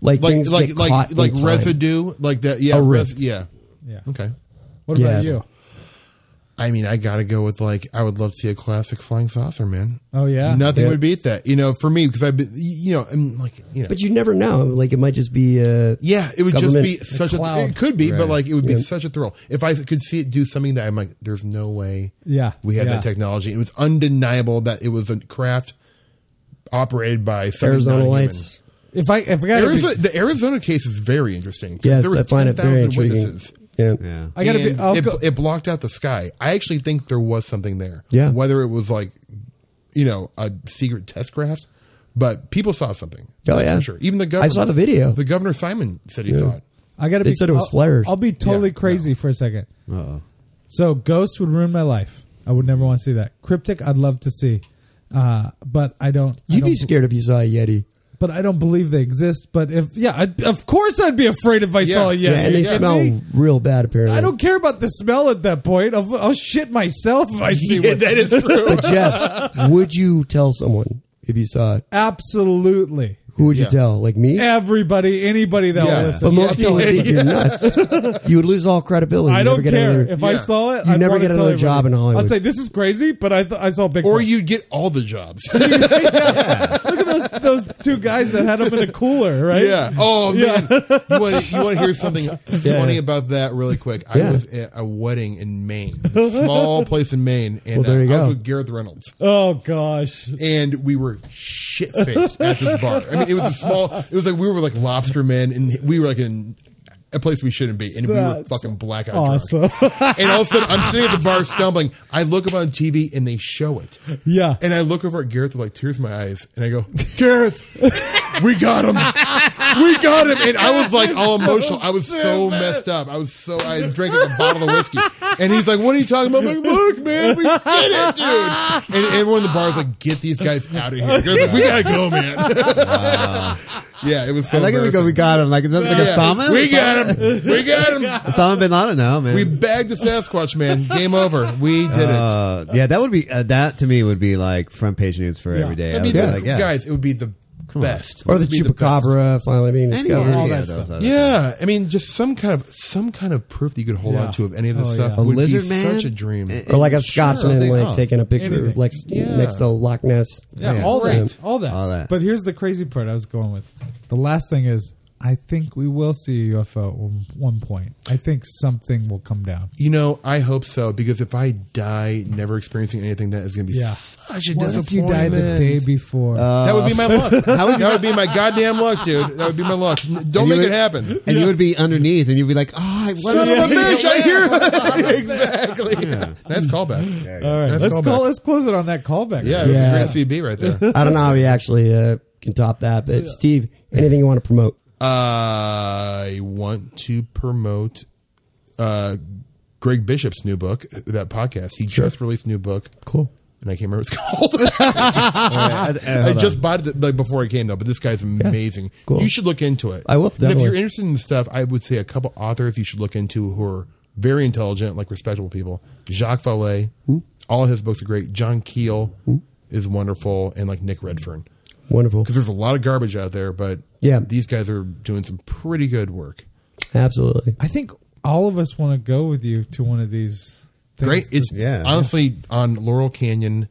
like like things like get like, caught like in time. residue, like that. Yeah, A res- rift. yeah, Yeah. Okay. What Yeah. about you? I mean, I gotta go with like I would love to see a classic flying saucer, man. Oh, yeah? nothing Yeah. would beat that. You know, for me because I've been, you know, I'm like, you know, But you never know. Like it might just be. Uh, yeah, it would government- just be such a, cloud. it could be, but Right. like it would be Yeah. such a thrill if I could see it do something that I'm like, there's no way, Yeah, we had yeah. that technology. It was undeniable that it was a craft operated by somebody Arizona non-human. Lights. If I if I got Arizona, to the Arizona case is very interesting. 'cause Yes, there was I find it very 10,000 intriguing. witnesses. Yeah. Yeah. I gotta be. And I'll it, go, it blocked out the sky. I actually think there was something there. Yeah. Whether it was like, you know, a secret test craft, but people saw something. Oh, That's yeah. for sure. Even the I governor. saw the video. The governor Simon said he saw it. I gotta They be. said it was I'll- flares. I'll be totally Yeah, crazy for a second. Uh-oh. So ghosts would ruin my life. I would never want to see that. Cryptic, I'd love to see, uh, but I don't. I You'd don't be scared if you saw a Yeti. But I don't believe they exist. But if yeah, I'd, of course I'd be afraid if I saw a Yeti. Yeah, and they You kidding smell me? real bad. Apparently, I don't care about the smell at that point. I'll, I'll shit myself if I see Yeah, one. that is true. But Jeff, would you tell someone if you saw it? Absolutely. Who would you Yeah. tell? Like me? Everybody, anybody that Yeah. will But listen. most people would think you're nuts. You would lose all credibility. I You'd don't never get care another- if Yeah. I saw it. You I'd never wanna get tell another job everybody. in Hollywood. I'd say this is crazy, but I th- I saw Bigfoot. Or you'd get all the jobs. look at those those two guys that had him in a cooler, right? yeah. Oh man. You want to hear something funny about that really quick? I Yeah. was at a wedding in Maine, a small place in Maine, and Well, there uh, you I go. was with Gareth Reynolds. Oh gosh. and we were shit faced at this bar. I mean, it was a small. It was like we were like lobster men, and we were like in a place we shouldn't be, and we were That's fucking blackout Awesome. drunk. And all of a sudden, I'm sitting at the bar stumbling. I look up on TV, and they show it. Yeah. And I look over at Gareth with like tears in my eyes, and I go, Gareth, we got him. We got him. And I was like all emotional. I was so messed up. I was so, I drank like a bottle of whiskey. And he's like, What are you talking about? I'm like, Look, man, we did it, dude. And everyone in the bar is like, Get these guys out of here. Gareth's like, we got to go, man. yeah, it was so I like it. We go. We embarrassing. got him. Like, like Osama. We got him. We got him. Osama bin Laden now, man. We bagged the Sasquatch, man. Game over. We did it. Uh, yeah, that would be uh, that to me would be like front page news for every day. That'd I be would be the- like, yeah. Guys, it would be the Come on. best. or the It'd be best. chupacabra finally being Any- discovered. any that of those other- Yeah, I mean, just some kind of some kind of proof that you could hold Yeah. on to of any of this Oh, stuff. yeah. A would lizard be man? such a dream. Eh, Or like a Sure, Scotsman, they- like oh. taking a picture of Anything. like, Yeah. next to Loch Ness. Yeah, Yeah. all Great. that, all that. All that. But here's the crazy part. I was going with the last thing is I think we will see a UFO at one- one point. I think something will come down. You know, I hope so because if I die never experiencing anything, that is going to be Yeah. such a What if you disappointment. died the day before? that would be my luck. that would be my goddamn luck, dude. That would be my luck. N- Don't And you make would- it happen. And you would be underneath, and you'd be like, "Oh, "Ah, I want Son to of see a bitch! the I whale." hear exactly. That's callback. all right, That's let's callback. call. Let's close it on that callback. Yeah, it was Yeah. a great CB right there. I don't know how we actually uh, can top that, but Steve, anything you want to promote? I want to promote uh, Greg Bishop's new book, that podcast. He just released a new book. Cool. And I can't remember what it's called. Uh, I hold just on. bought it like before I came though, but this guy's amazing. cool. You should look into it. I will, And if definitely. you're interested in stuff, I would say a couple authors you should look into who are very intelligent, like respectable people. Jacques Vallée, all his books are great. John Keel is wonderful, and like Nick Redfern, Wonderful. because there's a lot of garbage out there, but Yeah. these guys are doing some pretty good work. Absolutely. I think all of us want to go with you to one of these. Things Great. It's that's- Yeah. honestly on Laurel Canyon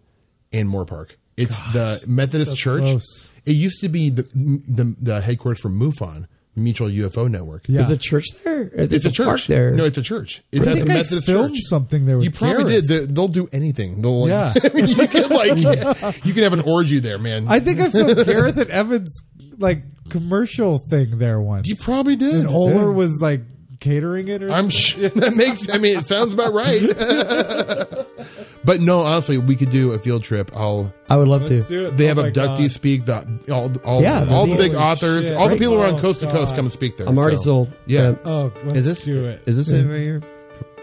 and Moore Park. It's the Methodist so Church. close. It used to be the, the the headquarters for MUFON, the Mutual UFO Network. Yeah. There's a church there? There's It's a park church. there. No, it's a church. It's I at the think I Methodist filmed Church. something there with You probably Gareth. did. They- They'll do anything. They'll like, Yeah. you can like you can have an orgy there, man. I think I filmed Gareth and Evans like commercial thing there once. you probably did. and Oler was like catering it or I'm sure that makes. I mean, it sounds about right. but no, honestly, we could do a field trip. I'll. I would love Let's to. do it. They Oh have my abductees God. speak. The all all, Yeah, all the that'd be- big Holy authers, shit. all the people who are on Oh, coast to coast God. come and speak there. I'm already so- sold. Yeah. Oh, let's Is this do it. Is this it right here?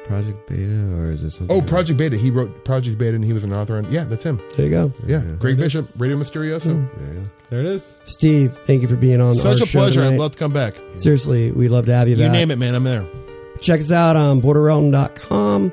Project Beta, or is it something? Oh, Project Beta. He wrote Project Beta, and he was an author. And yeah, that's him. There you go. Yeah, Greg Bishop, Radio Mysterioso. There, you go. there it is. Steve, thank you for being on. Such Mm. our a show pleasure. I'd tonight. love to come back. Seriously, we'd love to have you You back. name it, man. I'm there. Check us out on borderrealm.com,